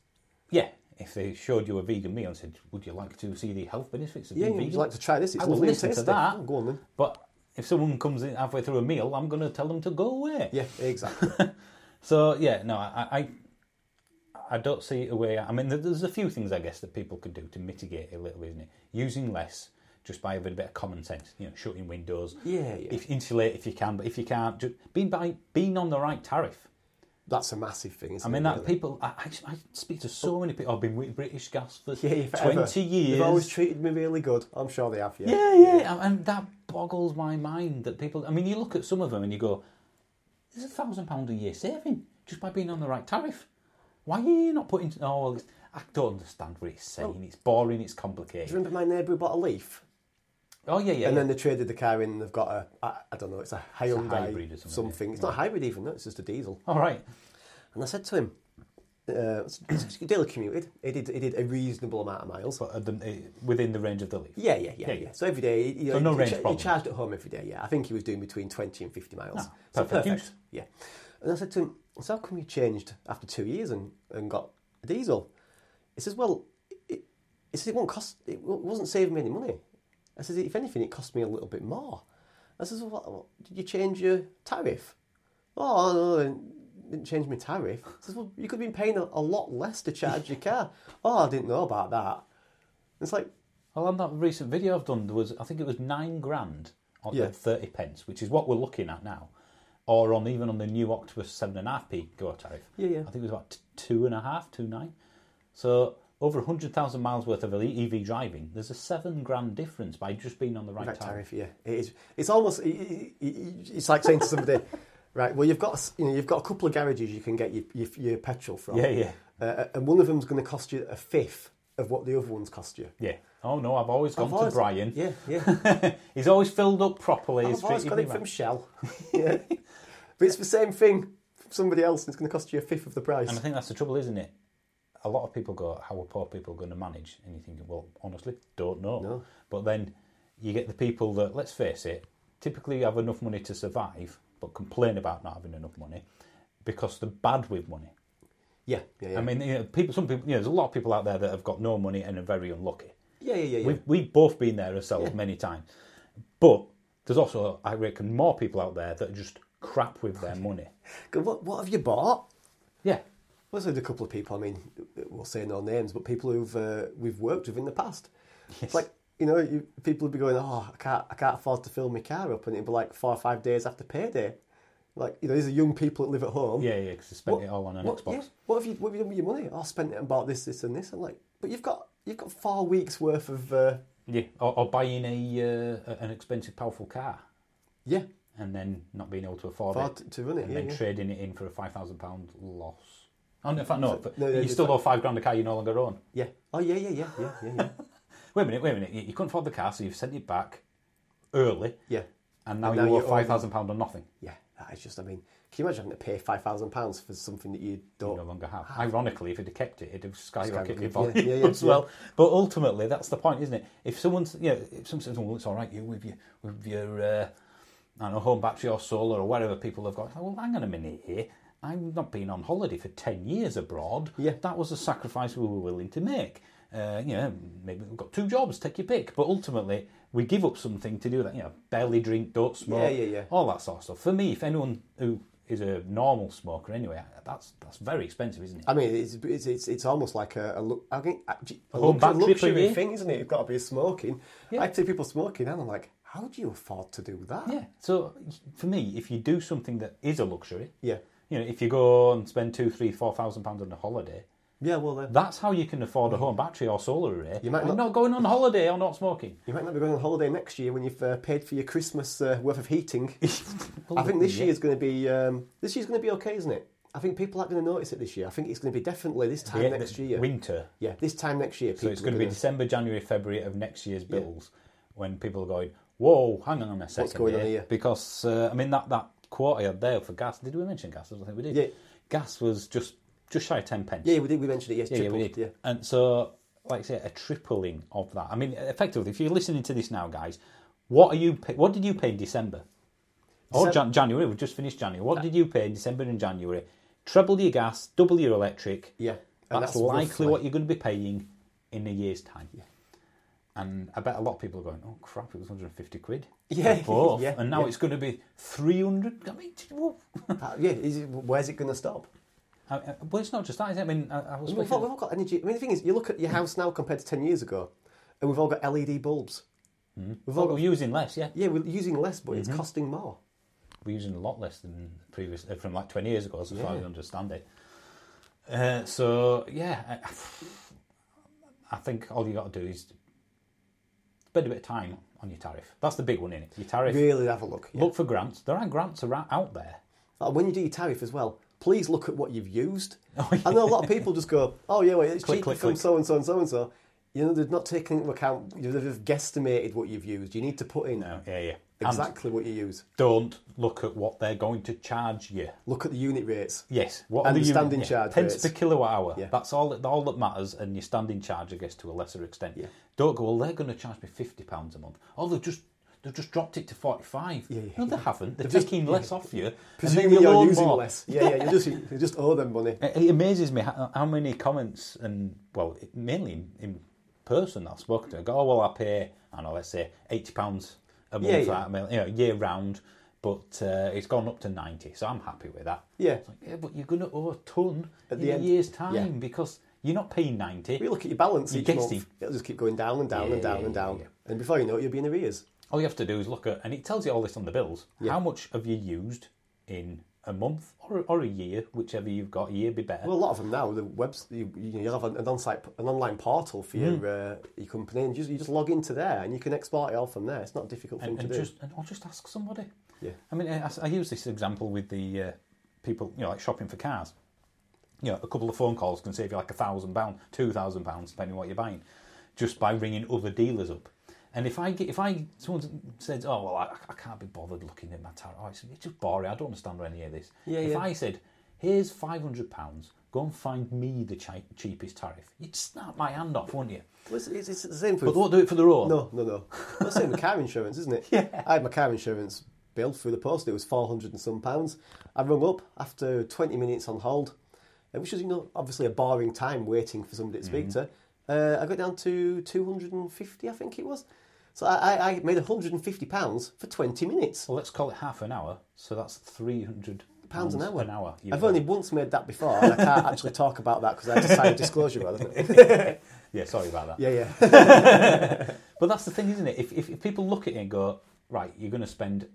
A: Yeah, if they showed you a vegan meal and said, "Would you like to see the health benefits of
B: Yeah,
A: being
B: would
A: vegan?"
B: you like to try this? It's
A: I will
B: lovely and
A: listen to
B: tasty.
A: that.
B: Oh, go on then.
A: But if someone comes in halfway through a meal, I'm going to tell them to go away.
B: Yeah, exactly.
A: So yeah, no, I, I, I don't see a way. I mean, there- there's a few things I guess that people could do to mitigate it a little, isn't it? Using less, just by a bit of common sense. You know, shutting windows.
B: Yeah, yeah.
A: If insulate if you can, but if you can't, just being by being on the right tariff.
B: That's a massive thing, isn't
A: I mean,
B: it?
A: that
B: really?
A: people. I, I, I speak to so many people. I've been with British Gas for
B: Yeah, yeah, forever.
A: twenty years.
B: They've always treated me really good. I'm sure they have, yeah.
A: Yeah, yeah, and- and that boggles my mind that people. I mean, you look at some of them and you go, "There's a thousand pound a year saving just by being on the right tariff. Why are you not putting? Oh, well, it's, I don't understand what it's saying. It's boring. It's
B: Do
A: complicated.
B: you remember my neighbour who bought a Leaf?
A: Oh yeah, yeah.
B: And
A: yeah.
B: then they traded the car in and they've got a, I, I don't know, it's a Hyundai
A: hybrid or something,
B: something. It's not a hybrid even, no, it's just a diesel.
A: All right.
B: And I said to him, uh, it's- it's daily commuted, he did, he did a reasonable amount of miles.
A: But at the, eh, within the range of the leaf.
B: Yeah, yeah, yeah,
A: Yeah,
B: yeah,
A: yeah.
B: So every day, you know,
A: So no
B: he,
A: range
B: cha- he
A: problem.
B: charged at home every day. Yeah, I think he was doing between twenty and fifty miles.
A: Ah,
B: so
A: perfect
B: perfect.
A: use.
B: Yeah, and I said to him, "So how come you changed after two years and, and got a diesel?" He says, "Well, it, he says it won't cost. It wa- wasn't saving me any money." I says, "If anything, it cost me a little bit more." I says, "Well, what, what- did you change your tariff?" Oh no, no, I didn't change my tariff. I says, "Well, you could have been paying a, a lot less to charge your car." oh, I didn't know about that. It's like.
A: Well, on that recent video I've done, there was I think it was nine grand on
B: Yeah.
A: at thirty pence, which is what we're looking at now, or on even on the new Octopus seven and a half p go tariff.
B: Yeah, yeah.
A: I think it was about t- two and a half, two nine. So over hundred thousand miles worth of EV driving, there's a seven grand difference by just being on the right,
B: Right
A: tariff.
B: tariff, yeah, it is. It's almost i- i- i- it's like saying to somebody, right? Well, you've got a s- you know you've got a couple of garages you can get your your, your petrol from.
A: Yeah, yeah.
B: Uh, and one of them's going to cost you a fifth of what the other one's cost you.
A: Yeah. Oh no, I've always gone
B: I've
A: to
B: always-
A: Brian.
B: Yeah, yeah.
A: He's always filled up properly. He's
B: I've always
A: treated
B: got
A: me
B: it
A: right.
B: from Shell. Yeah, but it's the same thing. from Somebody else, and it's going to cost you a fifth of the price.
A: And I think that's the trouble, isn't it? A lot of people go, "How are poor people going to manage?" And you think, "Well, honestly, don't know."
B: No.
A: But then you get the people that, let's face it, typically have enough money to survive, but complain about not having enough money because they're bad with money.
B: Yeah, yeah, yeah.
A: I mean, you know, people. Some people, you know, there's a lot of people out there that have got no money and are very unlucky.
B: yeah, yeah, yeah, yeah.
A: We've, we've both been there ourselves many times. But there's also, I reckon, more people out there that are just crap with their money.
B: Go, What what have you bought?
A: Yeah.
B: Well, there's a couple of people. I mean, we'll say no names, but people who've uh, we've worked with in the past. It's like you know, you, people would be going, "Oh, I can't, I can't afford to fill my car up," and it'd be like four or five days after payday. Like you know, these are young people that live at home.
A: Yeah, yeah, because they spent it all on an
B: what,
A: Xbox.
B: yeah, what have you What have you done with your money? Oh, I spent it and bought this, this, and this. I'm like, but you've got you've got four weeks worth of uh,
A: Yeah, or, or buying a uh, an expensive, powerful car
B: yeah,
A: and then not being able to afford
B: four
A: it,
B: to, to run it.
A: and
B: Yeah,
A: then
B: yeah.
A: trading it in for a five thousand pound loss. Oh, no, in fact, no, but
B: no,
A: you
B: it's
A: still
B: like-
A: owe five grand a car you no longer own.
B: yeah. Oh yeah, yeah, yeah, yeah, yeah, yeah.
A: Wait a minute, wait a minute. You, you couldn't afford the car, so you've sent it back early,
B: yeah.
A: and now
B: And now
A: you owe
B: you owe
A: five thousand pound on nothing.
B: Yeah, that is just, I mean, can you imagine having to pay £5,000 for something that you
A: You
B: don't
A: no longer have. Ironically, if it had kept it, it'd have skyrocketed the
B: "Ah, Skyrocketed, yeah,
A: volume
B: yeah, yeah,
A: as well. But ultimately, that's the point, isn't it? If someone's, you know, if someone says, "Well, it's all right, you with your with your, uh, I don't know, home battery or solar or whatever people have got," it's like, well, hang on a minute here. I've not been on holiday for ten years abroad.
B: Yeah.
A: that was a sacrifice we were willing to make. Uh, you know, maybe we've got two jobs, take your pick. But ultimately, we give up something to do that. You know, barely drink, don't smoke,
B: yeah, yeah.
A: all that sort of stuff. For me, if anyone who is a normal smoker anyway, that's that's very expensive, isn't it?
B: I mean, it's it's it's, it's almost like a, a, lu- I think, a, a
A: whole
B: luxury,
A: battery for
B: luxury
A: you.
B: thing, isn't it? You've got to be smoking.
A: Yeah.
B: I see people smoking, and I'm like, how do you afford to do that?
A: Yeah. So for me, if you do something that is a luxury,
B: yeah,
A: you know, if you go and spend two, three, four thousand pounds on a holiday,
B: Yeah, Well, then
A: that's how you can afford a home battery or solar array.
B: You might
A: By
B: not-
A: not going on holiday or not smoking.
B: you might not be going on holiday next year when you've uh, paid for your Christmas uh, worth of heating.
A: Oh,
B: I think this year's going to be um, this year's going to be okay, isn't it? I think people aren't going to notice it this year. I think it's going to be definitely this time
A: Yeah,
B: next
A: the
B: year.
A: winter.
B: yeah, this time next year.
A: So it's
B: people
A: going
B: are
A: to be
B: gonna-
A: December, January, February of next year's bills when people are going, whoa, hang on a second.
B: going on here?
A: Because, uh, I mean, that, that quote I had there for gas, did we mention gas? I don't think we did.
B: Yeah.
A: Gas was just just shy of 10 pence.
B: Yeah, we did. We mentioned it. Yes,
A: Yeah, yeah,
B: tripled.
A: we
B: Yeah,
A: did. And so, like I say, a tripling of that. I mean, effectively, if you're listening to this now, guys, what are you? Pay, what did you pay in December? Or
B: Decem-
A: Jan- January? We've just finished January. What did you pay in December and January? Treble your gas, double your electric.
B: Yeah, and
A: that's,
B: that's
A: likely
B: roughly-
A: what you're going to be paying in a year's time. And I bet a lot of people are going, "Oh crap! It was 150 quid." for
B: Yeah,
A: both,
B: yeah,
A: and now
B: yeah.
A: it's going to be 300. I mean, whoa.
B: Uh, yeah. Is it, where's it going to stop?
A: I- I- well, it's not just that. Is it? I mean, I, I was.
B: We've
A: looking-
B: all, we've all got energy. I mean, the thing is, you look at your house now compared to ten years ago, and we've all got LED bulbs. We've
A: Well,
B: all
A: we're
B: got,
A: using less, yeah.
B: yeah, we're using less, but
A: Mm-hmm.
B: it's costing more.
A: we're using a lot less than previous uh, from like 20 years ago as far as I understand it uh, so yeah I, I think all you got to do is spend a bit of time on your tariff that's the big one in it your tariff
B: Really have a look. Yeah.
A: look for grants there are grants ara- out there
B: Uh, when you do your tariff as well, please look at what you've used.
A: Oh, yeah.
B: I know a lot of people just go, "Oh yeah, well, it's
A: Click,
B: cheaper
A: click,
B: from
A: click.
B: so and so and so and so." You know, they've not taken into account. You know, they've guesstimated what you've used. You need to put in
A: no yeah yeah and
B: exactly what you use.
A: don't look at what they're going to charge you
B: Look at the unit rates.
A: Yes, what
B: And
A: are
B: the
A: unit-
B: standing
A: yeah,
B: charge
A: pence
B: rates.
A: per kilowatt hour.
B: Yeah.
A: That's all. that- All that matters, and your standing charge, I guess, to a lesser extent.
B: Yeah.
A: Don't go. Well, they're going to charge me fifty pounds a month. Oh, they've just they've just dropped it to forty-five.
B: yeah,
A: no, they haven't. They're
B: They've just-
A: taking less off you. and then
B: Presuming you're
A: loan
B: using
A: more.
B: less. Yeah, yeah. You just you just owe them money.
A: It, it amazes me how, how many comments and well, it- mainly in, in person that I've spoken to. I go, oh well, I pay. I don't know. Let's say eighty pounds a month
B: Yeah,
A: for
B: yeah.
A: that meal, you know, year round. But uh, it's gone up to ninety, so I'm happy with that.
B: Yeah.
A: It's like, yeah, but you're going to owe a ton
B: At
A: in
B: the
A: a
B: end,
A: year's
B: yeah.
A: time because you're not paying 90.
B: We look at your balance
A: You
B: each
A: guessed
B: month.
A: it.
B: It'll just keep going down and down
A: Yeah,
B: and down
A: yeah,
B: and down.
A: yeah.
B: And before you know it, you'll be in arrears.
A: All you have to do is look at, and it tells you all this on the bills. How much have you used in a month or, or a year, whichever you've got? A year be better.
B: Well, a lot of them now, the webs, you, you you'll have an on-site, an online portal for your,
A: Mm.
B: uh, your company, and you just, you just log into there, and you can export it all from there. It's not a difficult thing
A: and, and
B: to do.
A: just and I'll just ask somebody.
B: Yeah.
A: I mean, I, I use this example with the uh, people, you know, like shopping for cars. You know, a couple of phone calls can save you like a thousand pound, two thousand pounds, depending on what you're buying, just by ringing other dealers up. And if I get, if I someone says, oh well, I, I can't be bothered looking at my tariff. Oh, it's, it's just boring. I don't understand any of this.
B: Yeah,
A: if
B: yeah.
A: I said, here's five hundred pounds, go and find me the chi- cheapest tariff, you'd snap my hand off, wouldn't you?
B: Well, it's, it's, it's the same for...
A: But they won't do it for their own.
B: No, no, no. Well, it's the same with car insurance, isn't it?
A: Yeah.
B: I had my car insurance bill through the post. It was 400 and some pounds. I rung up after 20 minutes on hold, uh, which was, you know, obviously a boring time waiting for somebody to speak
A: Mm-hmm.
B: to. Uh, I got down to 250, I think it was. So I, I, I made 150 pounds for 20 minutes.
A: Well, let's call it half an hour. So that's three hundred
B: pounds an hour.
A: An hour. you
B: I've
A: know.
B: only once made that before, and I can't actually talk about that because I had to sign a disclosure rather. Than,
A: Yeah, sorry about that.
B: yeah, yeah,
A: But that's the thing, isn't it? If, if, if people look at it and go, right, you're going to spend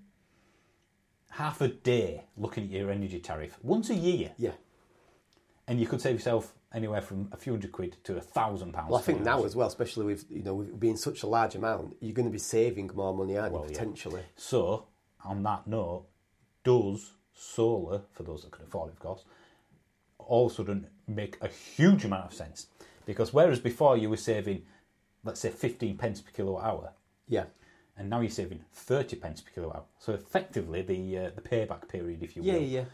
A: half a day looking at your energy tariff once a year,
B: yeah.
A: and you could save yourself anywhere from a few hundred quid to a thousand pounds.
B: Well, I think
A: for
B: now
A: yours.
B: as well, especially with you know with being such a large amount, you're going to be saving more money, aren't you?
A: yeah.
B: potentially.
A: So, on that note, does solar, for those that can afford it, of course, all of a sudden make a huge amount of sense? Because whereas before you were saving, let's say, 15 pence per kilowatt hour,
B: Yeah.
A: and now you're saving 30 pence per kilowatt hour. So effectively, the uh, the payback period, if you
B: Yeah,
A: will,
B: yeah, yeah.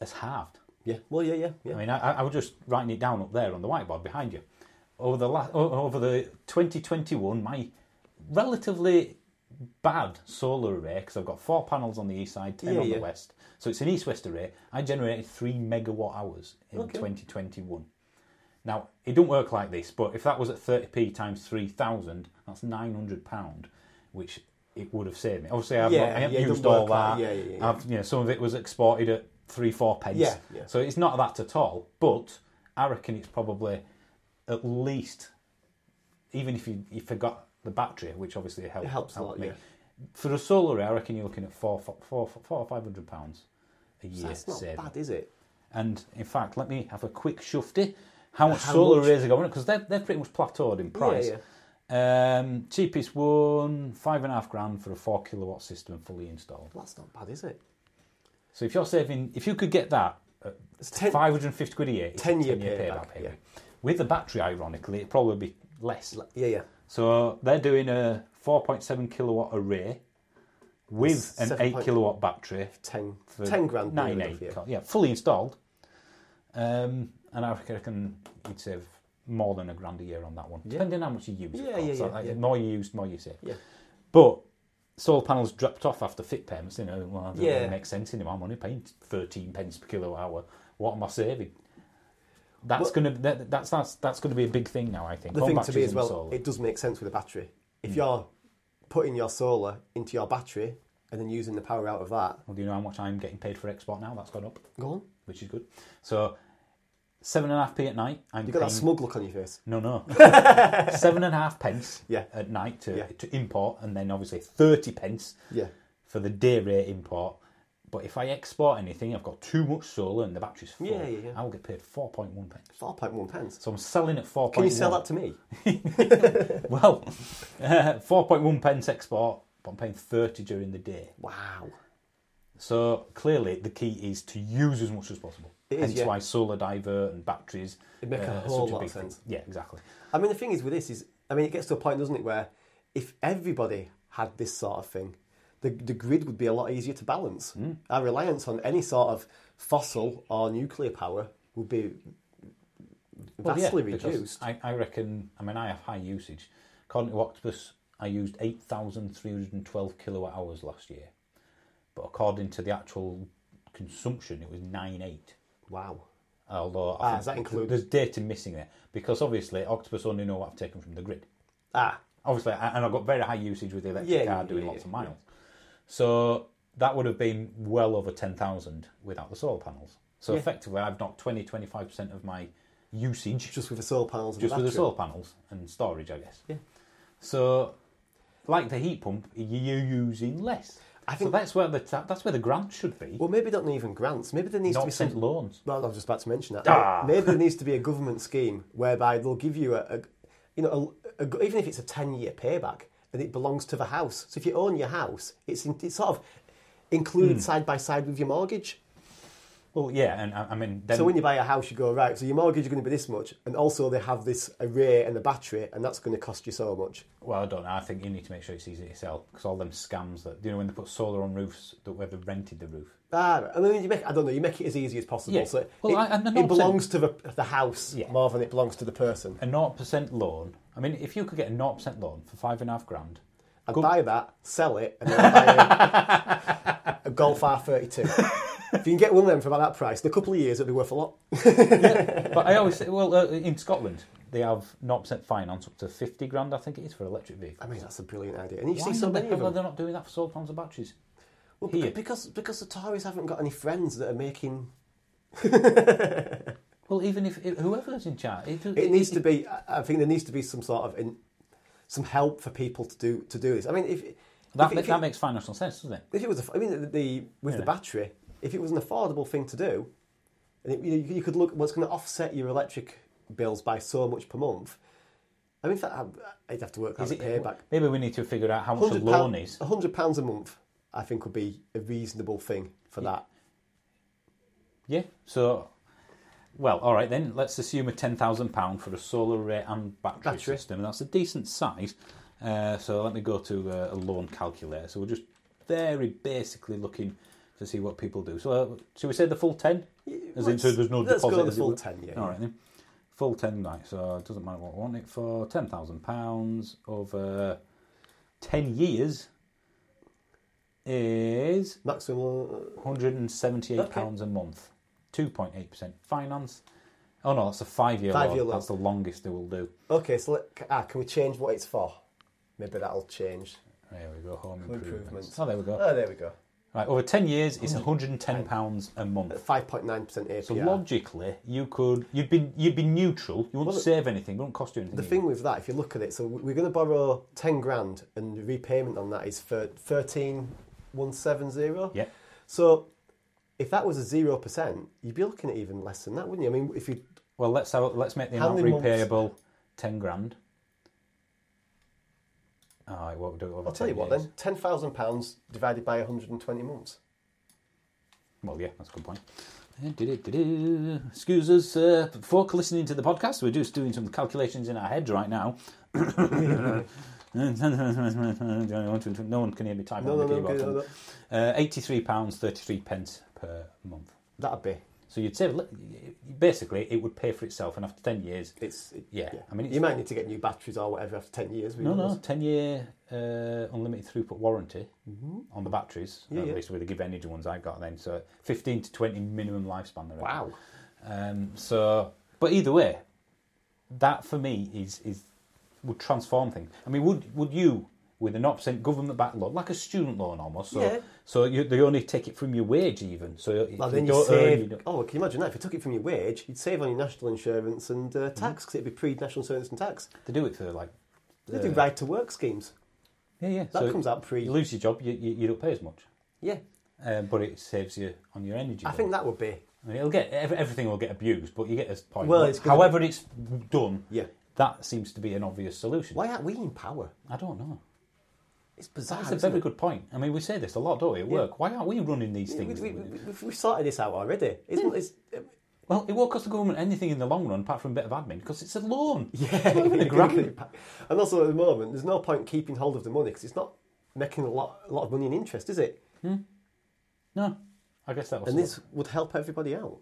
A: has halved.
B: Yeah. Well, yeah, yeah, yeah.
A: I mean, I, I I was just writing it down up there on the whiteboard behind you. Over the la- o- over the 2021, my relatively bad solar array because I've got four panels on the east side, ten
B: Yeah,
A: on
B: yeah.
A: the west, so it's an east-west array. I generated three megawatt hours in
B: Okay.
A: 2021. Now it don't work like this, but if that was at 30p times 3,000, that's 900 pound, which it would have saved me. Obviously, I've
B: Yeah,
A: not, I haven't
B: yeah, it
A: used
B: doesn't
A: all
B: work like-
A: that.
B: yeah, yeah, yeah.
A: I've, you know, some of it was exported at three, four pence.
B: Yeah, yeah.
A: So it's not that at all. But I reckon it's probably at least, even if you, you forgot the battery, which obviously helped,
B: It helps a lot, yeah.
A: For a solar array, I reckon you're looking at four, four, four, four or five hundred pounds a year
B: That's not
A: saving.
B: bad, is it?
A: And in fact, let me have a quick shufty. How much
B: Uh, How
A: solar
B: much?
A: arrays are going? Because they're, they're pretty much plateaued in price.
B: yeah.
A: Um, cheapest one, five and a half grand for a four kilowatt system fully installed.
B: That's not bad, is it?
A: So if you're saving, if you could get that at
B: It's ten,
A: 550 quid a year, it's a
B: 10 year
A: 10 year
B: payback,
A: payback period. With the battery, ironically, it'd probably be less.
B: yeah, yeah.
A: So they're doing a 4.7 kilowatt array with an
B: Seven
A: 8
B: point-
A: kilowatt battery
B: Ten,
A: for
B: ten grand. near
A: nine
B: enough,
A: eight,
B: yeah.
A: co- yeah, fully installed. Um, and I reckon you'd save more than a grand a year on that one, depending on how much you use.
B: Yeah,
A: it
B: yeah,
A: so
B: yeah,
A: like,
B: yeah.
A: the More you use, more you save.
B: Yeah.
A: But solar panels dropped off after fit payments. You know, well, that
B: Yeah.
A: doesn't make sense anymore. I'm only paying thirteen pence per kilowatt hour. What am I saving? That's
B: Well-
A: gonna that, that's that's that's gonna be a big thing now. I think.
B: The
A: on
B: thing to be
A: batteries
B: as
A: and
B: well,
A: solar.
B: it does make sense with a battery. If you're putting your solar into your battery and then using the power out of that,
A: Well, do you know how much I'm getting paid for export now? That's gone up,
B: go on.
A: which is good. So seven and a half p at night. I'm
B: You've got that
A: paying-
B: smug look on your face.
A: No, no. Seven and a half pence
B: Yeah.
A: at night to,
B: Yeah.
A: to import, and then obviously 30 pence
B: Yeah.
A: for the day rate import. But if I export anything, I've got too much solar and the battery's full,
B: Yeah, yeah, yeah.
A: I'll get paid 4.1 pence.
B: 4.1 pence.
A: So I'm selling at 4.1.
B: Can you sell that to me?
A: Well, uh, 4.1 pence export, but I'm paying 30 during the day.
B: Wow.
A: So clearly, the key is to use as much as possible.
B: It is,
A: Hence
B: yeah.
A: why solar divert and batteries
B: It make a
A: uh, are
B: whole
A: such
B: lot
A: big
B: of
A: thing.
B: sense.
A: Yeah, exactly.
B: I mean, the thing is with this is, I mean, it gets to a point, doesn't it, where if everybody had this sort of thing, the, the grid would be a lot easier to balance.
A: Hmm.
B: Our reliance on any sort of fossil or nuclear power would be
A: Well, yeah,
B: vastly
A: because
B: reduced.
A: I, I reckon, I mean, I have high usage. According to Octopus, I used 8,312 kilowatt hours last year. But according to the actual consumption, it was 9,8.
B: Wow.
A: Although,
B: Ah,
A: I think
B: does that include-
A: There's data missing there because obviously Octopus only know what I've taken from the grid.
B: Ah,
A: Obviously, I- and I've got very high usage with the electric
B: Yeah,
A: car
B: yeah,
A: doing
B: yeah,
A: lots of
B: yeah.
A: miles. So that would have been well over 10,000 without the solar panels. So
B: Yeah.
A: effectively, I've knocked 20 25% of my usage
B: just with the solar panels and
A: just
B: the
A: with the
B: battery.
A: solar panels and storage, I guess.
B: Yeah.
A: So, like the heat pump, you're using less.
B: I
A: I
B: think-
A: think that's where the ta- that's where the grant should be.
B: Well, maybe they don't need even grants. Maybe there needs to
A: not
B: be some
A: sent loans.
B: Well, I was just about to mention that.
A: Ah.
B: Maybe there needs to be a government scheme whereby they'll give you a, a you know, a, a- even if it's a ten-year payback, and it belongs to the house. So if you own your house, it's in, it's sort of
A: Hmm.
B: included side by side with your mortgage.
A: Well, yeah, and I, I mean, then,
B: So when you buy a house, you go right. So your mortgage is going to be this much, and also they have this array and the battery, and that's going to cost you so much.
A: well, I don't know. I think you need to make sure it's easy to sell because all them scams that you know when they put solar on roofs that where they rented the roof.
B: Ah, I mean, you make, I don't know. You make it as easy as possible.
A: Yeah.
B: So
A: Well,
B: it,
A: I- and I'm
B: it
A: not
B: belongs to the, the house
A: Yeah.
B: more than it belongs to the person.
A: A zero percent loan. I mean, if you could get a zero percent loan for five and a half grand,
B: I'd buy that, sell it, and then I'd buy a, a Golf R32. if you can get one of them for about that price, in a couple of years, it'll be worth a lot.
A: but I always say, well, uh, in Scotland they have zero percent finance up to fifty grand, I think it is, for electric vehicles.
B: I mean, that's a brilliant idea. And you
A: Why
B: see so
A: the
B: many of
A: hell are
B: them.
A: they not doing that for solar panels and batteries?
B: Well,
A: here?
B: beca- because, because the Tories haven't got any friends that are making.
A: Well, even if it, whoever's in charge, it,
B: It needs to be. I- I think there needs to be some sort of in, some help for people to do to do this. I mean, if
A: That,
B: if,
A: ma-
B: if,
A: that
B: it,
A: makes financial sense, doesn't it?
B: if it was, a, I mean, the, the with the
A: Yeah.
B: battery, if it was an affordable thing to do, and it, you, know, you could look at what's going to offset your electric bills by so much per month. I mean, in fact, I- I'd have to work out the payback.
A: Maybe we need to figure out how much a
B: £100
A: loan is.
B: hundred pounds a month, I think, would be a reasonable thing for that.
A: Yeah. So, well, all right then. Let's assume a ten thousand pound for a solar array and battery,
B: Battery.
A: system. That's a decent size. Uh, so let me go to uh, a loan calculator. So we're just very basically looking to see what people do. So uh, should we say the full ten? As in, so
B: let's-
A: there's no
B: let's go
A: deposit.
B: the
A: as it
B: full
A: were?
B: 10, yeah.
A: All right then. Full ten, right? So it doesn't matter what I want it for. Ten thousand pounds over ten years is
B: Maximum. uh,
A: £178 pounds a month, 2.8% finance. Oh no, that's a five year
B: Five-year
A: loan.
B: loan.
A: That's the longest they will do.
B: Okay, so let, ah, can we change what it's for? Maybe that'll change.
A: There we go, home
B: Improvements.
A: improvements. Oh, there we go.
B: Oh, there we go.
A: Right, over 10 years, it's £110 a month.
B: Five point nine percent APR.
A: So logically, you could you'd be you'd be neutral. You wouldn't save anything. It wouldn't cost you anything.
B: the thing with that, if you look at it, so we're going to borrow ten grand, and the repayment on that is for thirteen one seven zero.
A: Yeah.
B: So if that was a zero percent, you'd be looking at even less than that, wouldn't you? I mean, if you
A: Well, let's have, a- let's make the
B: How
A: amount
B: many months?
A: repayable ten grand. Oh, it won't do it over
B: I'll tell you
A: 10
B: what,
A: years.
B: then ten thousand pounds divided by one hundred and twenty months.
A: Well, yeah, that's a good point. Eh, Du-du-du-du. Excuse us uh, for listening to the podcast. We're just doing some calculations in our heads right now. no one can hear me typing
B: No,
A: on
B: no,
A: the
B: no,
A: keyboard.
B: no, no.
A: Uh, Eighty-three pounds thirty-three pence per month.
B: That'd be
A: So you'd say li- basically it would pay for itself, and after ten years,
B: it's. it-
A: Yeah, I mean, it's-
B: you might need to get new batteries or whatever after ten years. we
A: No,
B: don't
A: no,
B: know.
A: 10 year uh, unlimited throughput warranty on the batteries,
B: Mm-hmm. Yeah,
A: at
B: yeah.
A: least with the Give Energy ones I got then. So 15 to 20 minimum lifespan. There
B: Wow.
A: Um, so, but either way, that for me is is would transform things. I mean, would would you with a 0% government backed loan, like a student loan almost? So,
B: Yeah.
A: So you, they only take it from your wage even. So if
B: Well, then you
A: don't earn,
B: save.
A: don't-
B: oh, can you imagine that? If you took it from your wage, you'd save on your national insurance and
A: Mm-hmm.
B: uh, tax because it'd be pre-national insurance and tax.
A: they do it for like.
B: They
A: uh,
B: do right to work schemes.
A: Yeah, yeah.
B: That
A: so
B: comes out pre.
A: You lose your job, you, you, you don't pay as much,
B: Yeah,
A: um, but it saves you on your energy.
B: I
A: bill.
B: think that would be.
A: I mean, it'll get ev- everything will get abused, but you get this point.
B: Well, it's gonna
A: however it's done,
B: Yeah.
A: that seems to be an obvious solution.
B: Why aren't we in power?
A: I don't know.
B: It's bizarre.
A: That's a
B: isn't
A: very
B: it?
A: good point. I mean, we say this a lot, don't we? At work, why aren't we running these things?
B: We, we, we, we've- we've sorted this out already. Isn't it's,
A: well, it won't cost the government anything in the long run, apart from a bit of admin, because it's a loan.
B: Yeah,
A: not even a grand.
B: And also at the moment, there's no point keeping hold of the money because it's not making a lot, a lot of money in interest, is it?
A: No, I guess that was.
B: And this would help everybody out.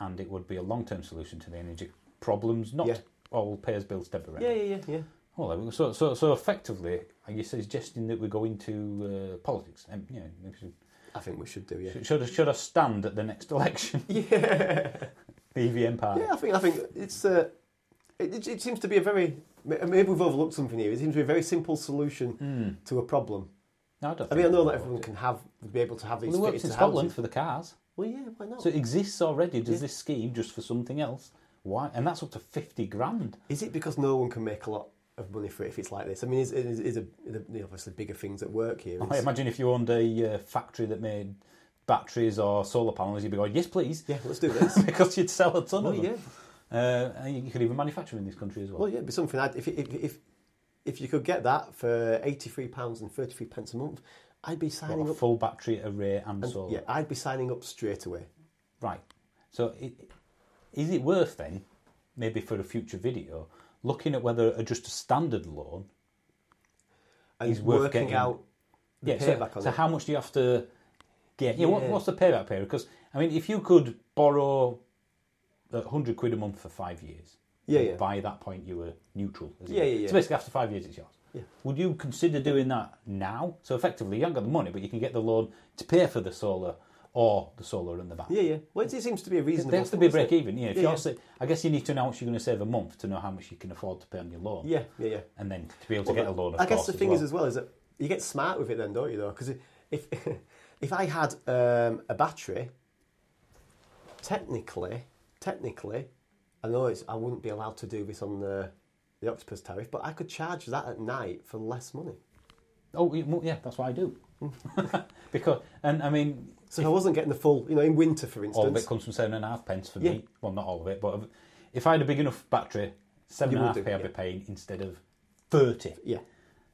A: and it would be a long-term solution to the energy problems, not
B: Yeah.
A: all payers bills temporarily.
B: Yeah, yeah, yeah, yeah.
A: Well, there we go. so so so effectively, are you suggesting that we go into uh, politics? Um, yeah, we should-
B: I think we should do, yeah.
A: Should I, should I stand at the next election? E Yeah. the EVM party.
B: Yeah, I think I think it's uh, it, it, it seems to be a very ma- maybe we've overlooked something here. It seems to be a very simple solution
A: Hmm.
B: to a problem.
A: No, I don't
B: I mean, I know that everyone can have be able to have these
A: Well, it works in
B: fitted to
A: Scotland
B: houses.
A: for the cars.
B: Well, yeah, why not?
A: So it exists already. Does this scheme just for something else? Why? And that's up to 50 grand.
B: Is it because no one can make a lot of money for it if it's like this? I mean, is is, is a, the the obviously bigger things at work here.
A: I
B: It's-
A: imagine if you owned a uh, factory that made batteries or solar panels, you'd be going, yes, please.
B: yeah, let's do this.
A: because you'd sell a ton
B: well,
A: of them.
B: yeah,
A: Uh, and you could even manufacture in this country as well.
B: well, yeah, it'd be something. I'd, if, if if if you could get that for eighty three pounds and thirty three pence a month, I'd be
A: What,
B: signing
A: a
B: up.
A: full battery array and, solar.
B: Yeah, I'd be signing up straight away.
A: Right. So, i- is it worth then, maybe for a future video, looking at whether a, just a standard loan?
B: And
A: It's worth
B: working
A: getting-
B: out
A: Yeah.
B: payback
A: So,
B: on
A: so
B: it.
A: how much do you have to get? Yeah. What,
B: Yeah.
A: what's the payback period? Because I mean, if you could borrow a hundred quid a month for five years,
B: Yeah,
A: and
B: yeah.
A: By that point, you were neutral. Isn't
B: Yeah,
A: it?
B: yeah, yeah.
A: So basically, after five years, it's yours.
B: Yeah.
A: Would you consider doing that now? So effectively, you haven't got the money, but you can get the loan to pay for the solar or the solar and the battery.
B: Yeah, yeah. Well, it seems to be a reasonable.
A: There has to be a
B: thing,
A: break
B: isn't it?
A: even. Yeah, if
B: Yeah,
A: you're
B: yeah.
A: sa- I guess you need to announce you're going to save a month to know how much you can afford to pay on your loan.
B: Yeah, yeah, yeah.
A: and then to be able to get a loan. Of
B: I guess
A: course,
B: the
A: as
B: thing
A: well.
B: is as well is that you get smart with it then, don't you? Though, because if if I had um, a battery, technically, technically, I know it's I wouldn't be allowed to do this on the the octopus tariff, but I could charge that at night for less money.
A: oh yeah, well, yeah, that's what I do.
B: Mm.
A: because and I mean,
B: So if I wasn't getting the full, you know, in winter, for
A: all of it
B: instance,
A: comes from seven and a half pence for
B: Yeah.
A: me. Well, not all of it, but if I had a big enough battery, seven
B: You
A: and a
B: would
A: half
B: do,
A: p I'd
B: yeah.
A: be paying instead of thirty.
B: yeah,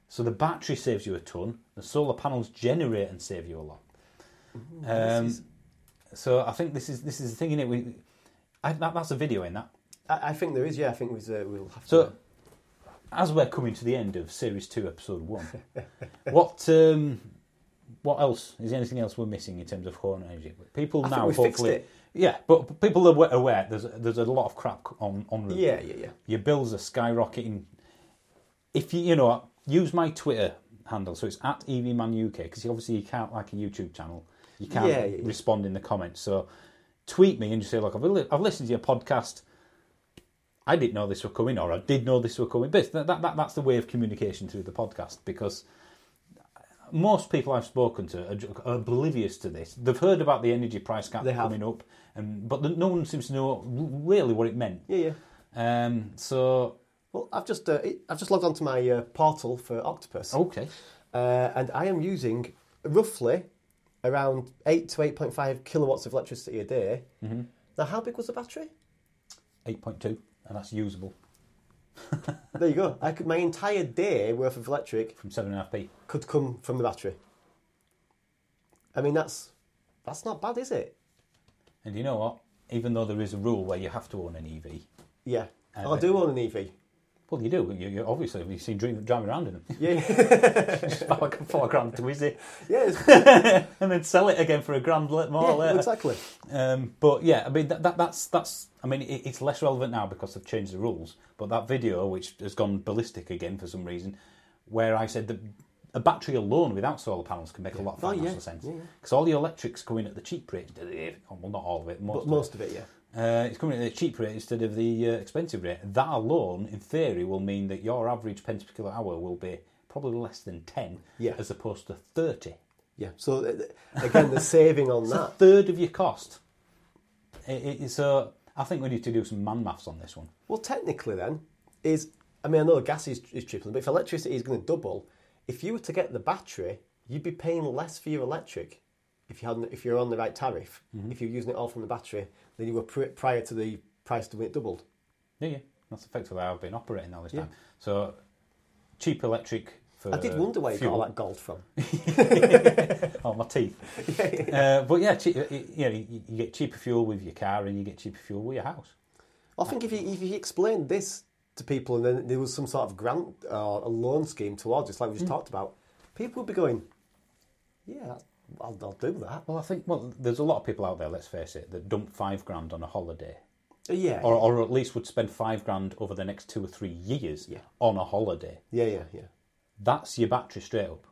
A: So the battery saves you a ton. The solar panels generate and save you a lot. Um,
B: Mm-hmm. this is-
A: So I think this is this is the thing in it. We, I, that, that's a video in that.
B: I, I think there is. Yeah, I think there's, uh, we'll have
A: So,
B: to.
A: as we're coming to the end of series two, episode one, what um, what else is there anything else we're missing in terms of horn energy? People
B: I think
A: now
B: we fixed
A: hopefully,
B: it.
A: yeah, but people are wa- aware. There's there's a lot of crap c- on on. route.
B: Yeah, yeah, yeah.
A: Your bills are skyrocketing. If you you know what, use my Twitter handle, so it's at EVManUK because obviously you can't like a YouTube channel. You can't
B: Yeah, yeah, yeah.
A: respond in the comments. So tweet me and just say, look, I've, li- I've listened to your podcast. I didn't know this were coming, or I did know this were coming. But that, that, that, that's the way of communication through the podcast because most people I've spoken to are, ju- are oblivious to this. They've heard about the energy price cap
B: They have.
A: coming up, and but no one seems to know really what it meant.
B: Yeah, yeah.
A: Um, so
B: Well, I've just uh, it- I've just logged onto my uh, portal for Octopus,
A: okay,
B: uh, and I am using roughly around eight to eight point five kilowatts of electricity a day. Mm-hmm. Now, how big was the battery?
A: eight point two, and that's usable
B: There you go. I could, my entire day worth of electric
A: from seven and a half p.
B: could come from the battery. I mean, that's that's not bad, is it?
A: And you know what? Even though there is a rule where you have to own an EV,
B: Yeah. Oh,
A: I
B: I
A: bet.
B: do own an E EV.
A: well, you do. You, you obviously you see driving, driving around in them.
B: Yeah,
A: Just buy like a four grand to Wizzy
B: yeah, it's-
A: and then sell it again for a grand le- more
B: yeah,
A: later.
B: exactly.
A: Um, but yeah, I mean that, that that's that's I mean it, it's less relevant now because they've changed the rules. But that video, which has gone ballistic again for some reason, where I said that a battery alone without solar panels can make a lot of
B: Oh,
A: financial
B: yeah.
A: sense
B: Yeah, yeah.
A: because all the electric's coming at the cheap rate. Well, not all of it, most.
B: But
A: of it.
B: most of it, yeah.
A: Uh, it's coming at the cheap rate instead of the uh, expensive rate. That alone, in theory, will mean that your average pence per kilowatt hour will be probably less than ten,
B: Yeah.
A: as opposed to thirty.
B: Yeah. So uh, again, the saving on
A: It's a
B: that.
A: third of your cost. It, it, so I think we need to do some man maths on this one.
B: Well, technically, then is I mean, I know gas is, is tripling, but if electricity is going to double, if you were to get the battery, you'd be paying less for your electric if you had if you're on the right tariff.
A: Mm-hmm.
B: If you're using it all from the battery, than you were pr- prior to the price to when it doubled.
A: Yeah, yeah, that's effectively how I've been operating all this
B: Yeah.
A: time. So cheap electric for
B: I did wonder where you got all
A: Uh, fuel.
B: that gold from.
A: oh, my teeth. uh, but yeah, cheap, you, know, you, you get cheaper fuel with your car, and you get cheaper fuel with your house.
B: I think if you if you explained this to people and then there was some sort of grant or a loan scheme towards this, like we just
A: Mm.
B: talked about, people would be going, "Yeah, I'll, I'll do that."
A: Well, I think well, there's a lot of people out there. Let's face it, that dump five grand on a holiday,
B: Yeah,
A: or, or at least would spend five grand over the next two or three years
B: Yeah.
A: on a holiday.
B: yeah, yeah, yeah.
A: That's your battery straight up.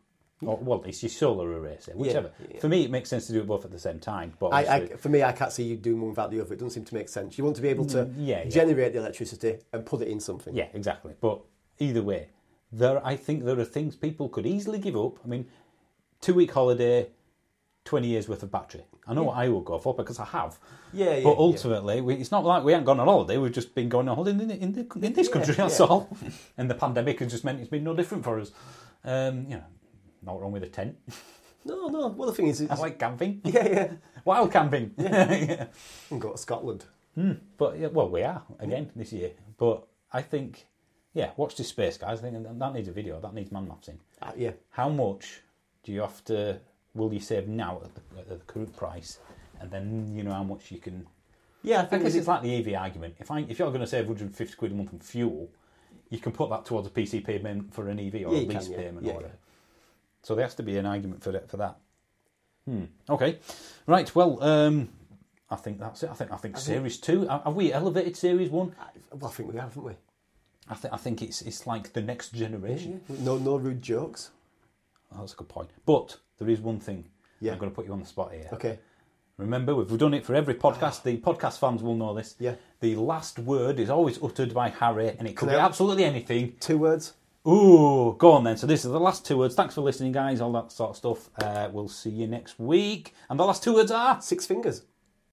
A: Or, well, it's your solar array, say, whichever.
B: yeah.
A: For me, it makes sense to do it both at the same time. But
B: I, I,
A: obviously-
B: for me, I can't see you doing one without the other. It doesn't seem to make sense. You want to be able to
A: Mm, yeah, yeah.
B: generate the electricity and put it in something.
A: yeah, exactly. But either way, there I think there are things people could easily give up. I mean, two week holiday, twenty years worth of battery. I know what I will go for because I have.
B: Yeah, yeah,
A: But
B: yeah.
A: ultimately, we, it's not like we haven't gone on holiday. We've just been going on holiday in, the, in, the, in this
B: Yeah,
A: country. That's
B: yeah.
A: all. and the pandemic has just meant it's been no different for us. Um, you know, not wrong with a tent.
B: No, no. Well, the thing is, it's,
A: I like camping.
B: yeah, yeah.
A: Wild camping. Yeah.
B: You can go to Scotland.
A: But yeah, well, we are again this year. But I think, yeah, watch this space, guys. I think that- that needs a video. That needs man maps in.
B: Uh, yeah,
A: How much do you have to? Will you save now at the, at the current price, and then you know how much you can?
B: yeah. I
A: I
B: think
A: guess
B: it's,
A: it's like the EV argument. If I, if you're going to save 150 quid a month on fuel, you can put that towards a PC payment for an EV or
B: Yeah,
A: a
B: you can,
A: lease
B: yeah.
A: payment
B: Yeah,
A: or whatever.
B: yeah.
A: So there has to be an argument for that. For that. Hmm. Okay. Right. Well. Um, I think that's it. I think I think series two. Have we elevated series one?
B: Uh, well, I think we have, haven't we?
A: I, th- I think it's it's like the next generation.
B: No, no rude jokes.
A: Oh, that's a good point. But there is one thing.
B: Yeah.
A: I'm going to put you on the spot here.
B: Okay.
A: Remember, we've done it for every podcast. The podcast fans will know this.
B: Yeah.
A: The last word is always uttered by Harry, and it could
B: Can I-
A: be absolutely anything.
B: Two words.
A: Ooh, go on then. So this is the last two words. Thanks for listening, guys. All that sort of stuff. Uh, we'll see you next week. And the last two words are
B: Six fingers.